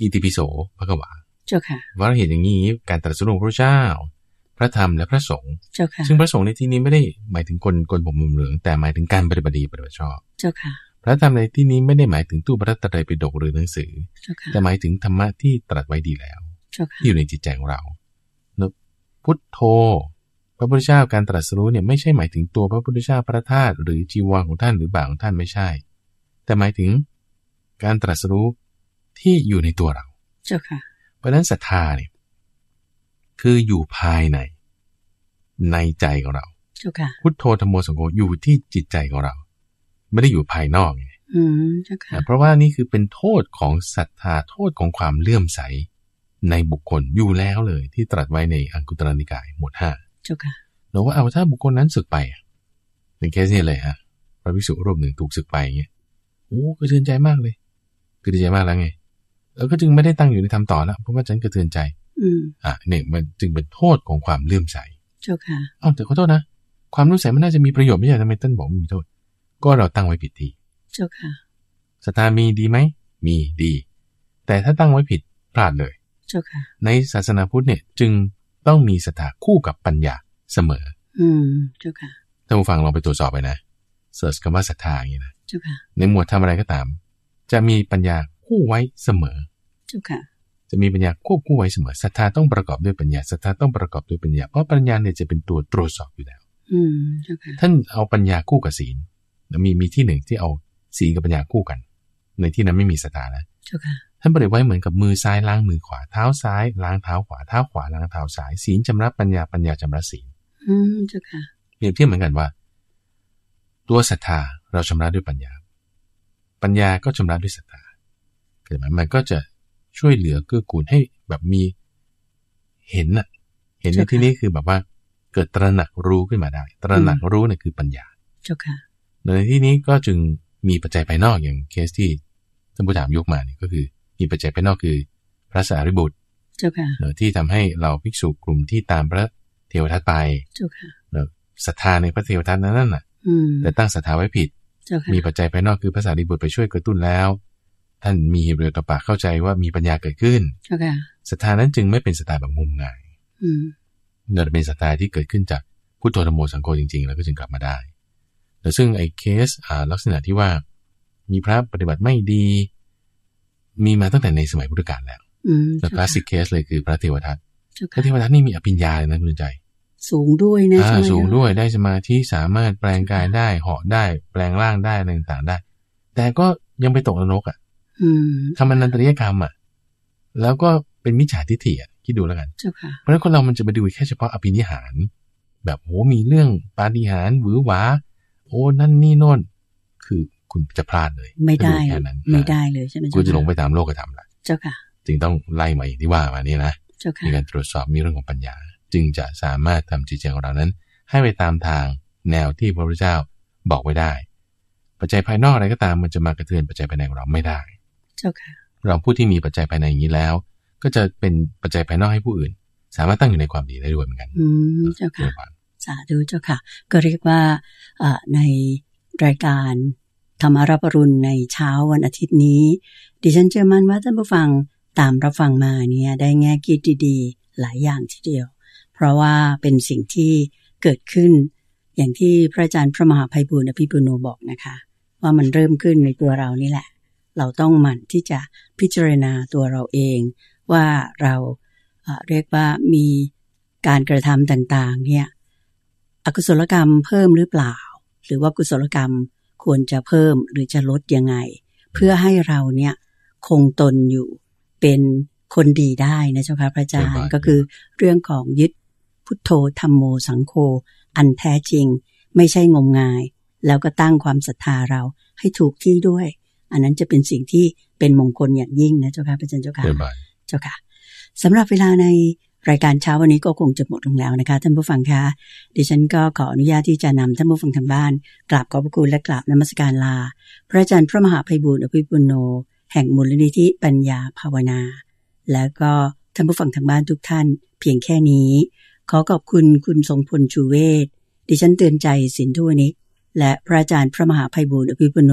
Speaker 2: อิติปิโสพระกวา
Speaker 1: เจ้าค่ะ
Speaker 2: ว่าเราเห็นอย่างนี้ การตรัสรู้ของพระเจ้า พระธรรมและพระสงฆ์
Speaker 1: เจ้าค่ะ
Speaker 2: ซึ่งพระสงฆ์ในที่นี้ไม่ได้หมายถึงคนคนผมมุมเหลืองแต่หมายถึงการปฏิบัติดีปฏิบัติชอบ
Speaker 1: เจ้าค่ะ
Speaker 2: พระธรรมในที่นี้ไม่ได้หมายถึงตู้พระตรัยปิฎกหรือหนังสือ
Speaker 1: เจ้าค่ะ
Speaker 2: แต่หมายถึงธรรมะที่ตรัสไว้ดีแล้ว
Speaker 1: เจ้าค่ะ
Speaker 2: ที่อยู่ในจิตใจของเราเนอะพุทโธ พระพุทธเจ้าการตรัสรู้เนี่ยไม่ใช่หมายถึงตัวพระพุทธเจ้าพระธาตุหรือจีวรของท่านหรือบาทของท่านไม่ใช่ แต่หมายถึงการตรัสรู้ที่อยู่ในตัวเรา
Speaker 1: เจ้าค่ะ
Speaker 2: เพราะฉะนั้นศรัทธาเนี่ยคืออยู่ภายใน ในใจของเรา
Speaker 1: เจ้าค่ะ
Speaker 2: พุทโธธรรมโมสังโฆอยู่ที่จิตใจของเรา ไม่ได้อยู่ภายนอกไง
Speaker 1: อืม เจ้าค่ะ
Speaker 2: นะเพราะว่านี่คือเป็นโทษของศรัทธาโทษของความเลื่อมใส ในบุคคลอยู่แล้วเลยที่ตรัสไว้ในอังคุตรนิกายหมวดห้า
Speaker 1: เจ้าค่ะ
Speaker 2: เราว่าเอาถ้าบุคคลนั้นสึกไปอะในเคสนี้เลยฮะพระภิกษุรูปหนึ่งถูกสึกไปอย่างเงี้ยโอ้กระเทือนใจมากเลยกระเทือนใจมากแล้วไงแล้วก็จึงไม่ได้ตั้งอยู่ในธรรมต่อแล้วเพราะว่าฉันกระเทือนใจ
Speaker 1: อืม
Speaker 2: อ่ะเนี่ยมันจึงเป็นโทษของความเลื่อมใส
Speaker 1: เจ้าค่ะ
Speaker 2: อ้าวแต่ขอโทษนะ ความเลื่อมใสมันน่าจะมีประโยชน์ไม่ใช่ทำไมต้นบอกไม่มีโทษ ก็เราตั้งไว้ผิดที
Speaker 1: เจ้าค่ะ
Speaker 2: ศรัทธามีดีไหม มีดี แต่ถ้าตั้งไว้ผิดพลาดเลย
Speaker 1: เจ้าค่ะ
Speaker 2: ในศาสนาพุทธเนี่ยจึงต้องมีศรัทธาคู่กับปัญญาเสมอ
Speaker 1: อืม เจ้าค่ะ
Speaker 2: ท่านผู้ฟังลองไปตรวจสอบไปนะเสิร์ชคำว่าศรัทธาอย่างนี้นะ
Speaker 1: เจ้าค่ะ
Speaker 2: ในหมวดทำอะไรก็ตาม จะมีปัญญาคู่ไว้เสมอ
Speaker 1: เจ้าค่ะ
Speaker 2: จะมีปัญญาควบคู่ไว้เสมอ ศรัทธาต้องประกอบด้วยปัญญา ศรัทธาต้องประกอบด้วยปัญญา เพราะปัญญาเนี่ยจะเป็นตัวตรวจสอบอยู่แล้ว
Speaker 1: อืม เจ้าค่ะ
Speaker 2: ท่านเอาปัญญาคู่กับศีล มีมีที่หนึ่งที่เอาศีลกับปัญญาคู่กัน ในที่นั้นไม่มีศรัทธานะ
Speaker 1: เจ้าค่ะ
Speaker 2: ท่านเปรียบไว้เหมือนกับมือซ้ายล้างมือขวาเท้าซ้ายล้างเท้าขวาเท้าขวาล้างเท้าซ้ายศีลจำระปัญญาปัญญาจำระศีล
Speaker 1: อืม เจ้าค่ะ
Speaker 2: เปรียบเทียบเหมือนกันว่า ตัวศรัทธาเราชำระด้วยปัญญา ปัญญาก็ชำระด้วยศรัทธาเกิดไหมมันก็จะช่วยเหลือเกื้อกูลให้แบบมีเห็นน่ะ เห็นใน
Speaker 1: เจ้าค่ะ
Speaker 2: ที่นี้คือแบบว่า เกิดตระหนักรู้ขึ้นมาได้ ตระหนักรู้เนี่ยคือปัญญา
Speaker 1: เจ้าค่ะ
Speaker 2: ในที่นี้ก็จึงมีปัจจัยภายนอกอย่างเคสที่ท่านผู้ถามยกมาเนี่ยก็คือ มีปัจจัยภายนอกคือ พระสารีบุตร
Speaker 1: เจ้าค่ะ
Speaker 2: เนอะที่ทำให้เราภิกษุกลุ่มที่ตามพระเทวทัตไป
Speaker 1: เจ้าค่ะ
Speaker 2: เนอะศรัทธาในพระเทวทัตนั้นน่ะ
Speaker 1: อืม
Speaker 2: แต่ตั้งศรัทธาไว้ผิด
Speaker 1: เจ้าค่ะ
Speaker 2: มีปัจจัยภายนอกคือภาษาดิบุตรไปช่วยกระตุ้นแล้ว ท่านมีเรือต่อปากเข้าใจว่ามีปัญญาเกิดขึ้น
Speaker 1: เจ้าค่ะ
Speaker 2: ศรัทธานั้นจึงไม่เป็นศรัทธาแบบงมงาย
Speaker 1: อืม
Speaker 2: เนอะเป็นศรัทธาที่เกิดขึ้นจากพุทโธธรรมโมสังโฆจริงๆ แล้วก็จึงกลับมาได้แต่ซึ่งไอ้เคสอ่าลักษณะที่ว่า มีพระปฏิบัติไม่ดี มีมาตั้งแต่ในสมัยพุทธกาลแล้ว
Speaker 1: อืม
Speaker 2: แต่คลาสสิกเคสเลยคือพระเทวทัต
Speaker 1: เจ้า
Speaker 2: พระ
Speaker 1: ค่ะ
Speaker 2: เทวทัตนี่มีอภิญญาเลยนะคุณใจ
Speaker 1: สูงด้วยนะ
Speaker 2: อ่า
Speaker 1: ใช่ไหม
Speaker 2: สูง
Speaker 1: คะ
Speaker 2: ด้วยได้สมาธิสามารถแปลงกายได้เหาะได้ แปลงร่างได้อะไรต่างๆได้ แต่ก็ยังไปตกนรกอ่ะ
Speaker 1: อืม
Speaker 2: ทำอนันตริยกรรมอ่ะแล้วก็เป็นมิจฉาทิฏฐิอ่ะคิดดูแล้วกัน
Speaker 1: เจ้าค่ะ
Speaker 2: เพราะฉะนั้นคนเรามันจะไปดูแค่เฉพาะอภินิหาร แบบโหมีเรื่องปาฏิหาริย์หวือหวา โอ้นั่นนี่โน่น คือคุณจะพลาดเลย
Speaker 1: ไม่ได้
Speaker 2: ถ้าแค่นั้น
Speaker 1: ไม่ได้เลยใช่ไหม
Speaker 2: คุณจะหลงไป
Speaker 1: เาค่
Speaker 2: ตามโลกธรรมละ
Speaker 1: เจ้าค่ะ
Speaker 2: จึงต้องไล่มาอย่างที่ว่ามาเนี่ยนะ
Speaker 1: เจ้าค่ะ
Speaker 2: มีการตรวจสอบมีเรื่องของปัญญา จึงจะสามารถทำจิตใจของเรานั้น ให้ไปตามทางแนวที่พระพุทธเจ้าบอกไว้ได้ ปัจจัยภายนอกอะไรก็ตามมันจะมากระเทือนปัจจัยภายในของเราไม่ได้
Speaker 1: เจ้าค่ะ
Speaker 2: เราผู้ที่มีปัจจัยภายในอย่างนี้แล้ว ก็จะเป็นปัจจัยภายนอกให้ผู้อื่น สามารถตั้งอยู่ในความดีได้ด้วยเหมือนกัน
Speaker 1: อืม เจ้าค่ะ
Speaker 2: ด้วยความ
Speaker 1: สาธุเจ้าค่ะ ก็เรียกว่าเอ่อในรายการธรรมารับอรุณในเช้าวันอาทิตย์นี้ ดิฉันเชื่อมั่นว่าท่านผู้ฟังตามรับฟังมาเนี่ยได้แง่คิดดีๆ หลายอย่างทีเดียว เพราะว่าเป็นสิ่งที่เกิดขึ้น อย่างที่พระอาจารย์พระมหาภัยบุญอภิปุโนบอกนะคะ ว่ามันเริ่มขึ้นในตัวเรานี่แหละ เราต้องหมั่นที่จะพิจารณาตัวเราเอง ว่าเราเอ่อเรียกว่ามีการกระทำต่างๆเนี่ย อกุศลกรรมเพิ่มหรือเปล่า หรือว่ากุศลกรรมควรจะเพิ่มหรือจะลดยังไง เพื่อให้เราเนี่ยคงตนอยู่เป็นคนดีได้นะเจ้าค่ะพระอาจารย์ก็คือเรื่องของยึดพุทโธธรรมโมสังโฆอันแท้จริง ไม่ใช่งมงาย แล้วก็ตั้งความศรัทธาเราให้ถูกที่ด้วย อันนั้นจะเป็นสิ่งที่เป็นมงคลอย่างยิ่งนะเจ้าค่ะพระอาจารย์เจ้าค่ะ
Speaker 2: ด้วยบ่าย
Speaker 1: เจ้าค่ะสำหรับเวลาในรายการเช้าวันนี้ก็คงจะหมดลงแล้วนะคะท่านผู้ฟังคะดิฉันก็ขออนุญาตที่จะนำท่านผู้ฟังทางบ้านกราบขอบพระคุณและกราบนมัสการลา พระอาจารย์พระมหาภัยบุญอภิปุโน แห่งมูลนิธิปัญญาภาวนา แล้วก็ท่านผู้ฟังทางบ้านทุกท่าน เพียงแค่นี้ ขอขอบคุณคุณทรงพลชูเวศดิฉันเตือนใจสินทุวนิก และพระอาจารย์พระมหาภัยบูลย์อภิปุโน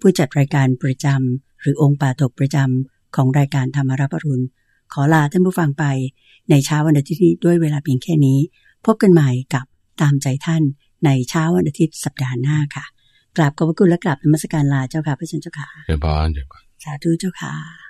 Speaker 1: ผู้จัดรายการประจำหรือองค์ป่าถกประจำของรายการธรรมรับอรุณ ขอลาท่านผู้ฟังไป ในเช้าวันอาทิตย์นี้ด้วยเวลาเพียงแค่นี้ พบกันใหม่กับตามใจท่านในเช้าวันอาทิตย์สัปดาห์หน้าค่ะกราบขอบพระคุณและกราบนมัสการลาเจ้าค่ะพระเจ้าค่ะ
Speaker 2: เดี๋ยวบอนเดี๋ยวบอน
Speaker 1: สาธุเจ้าค่ะ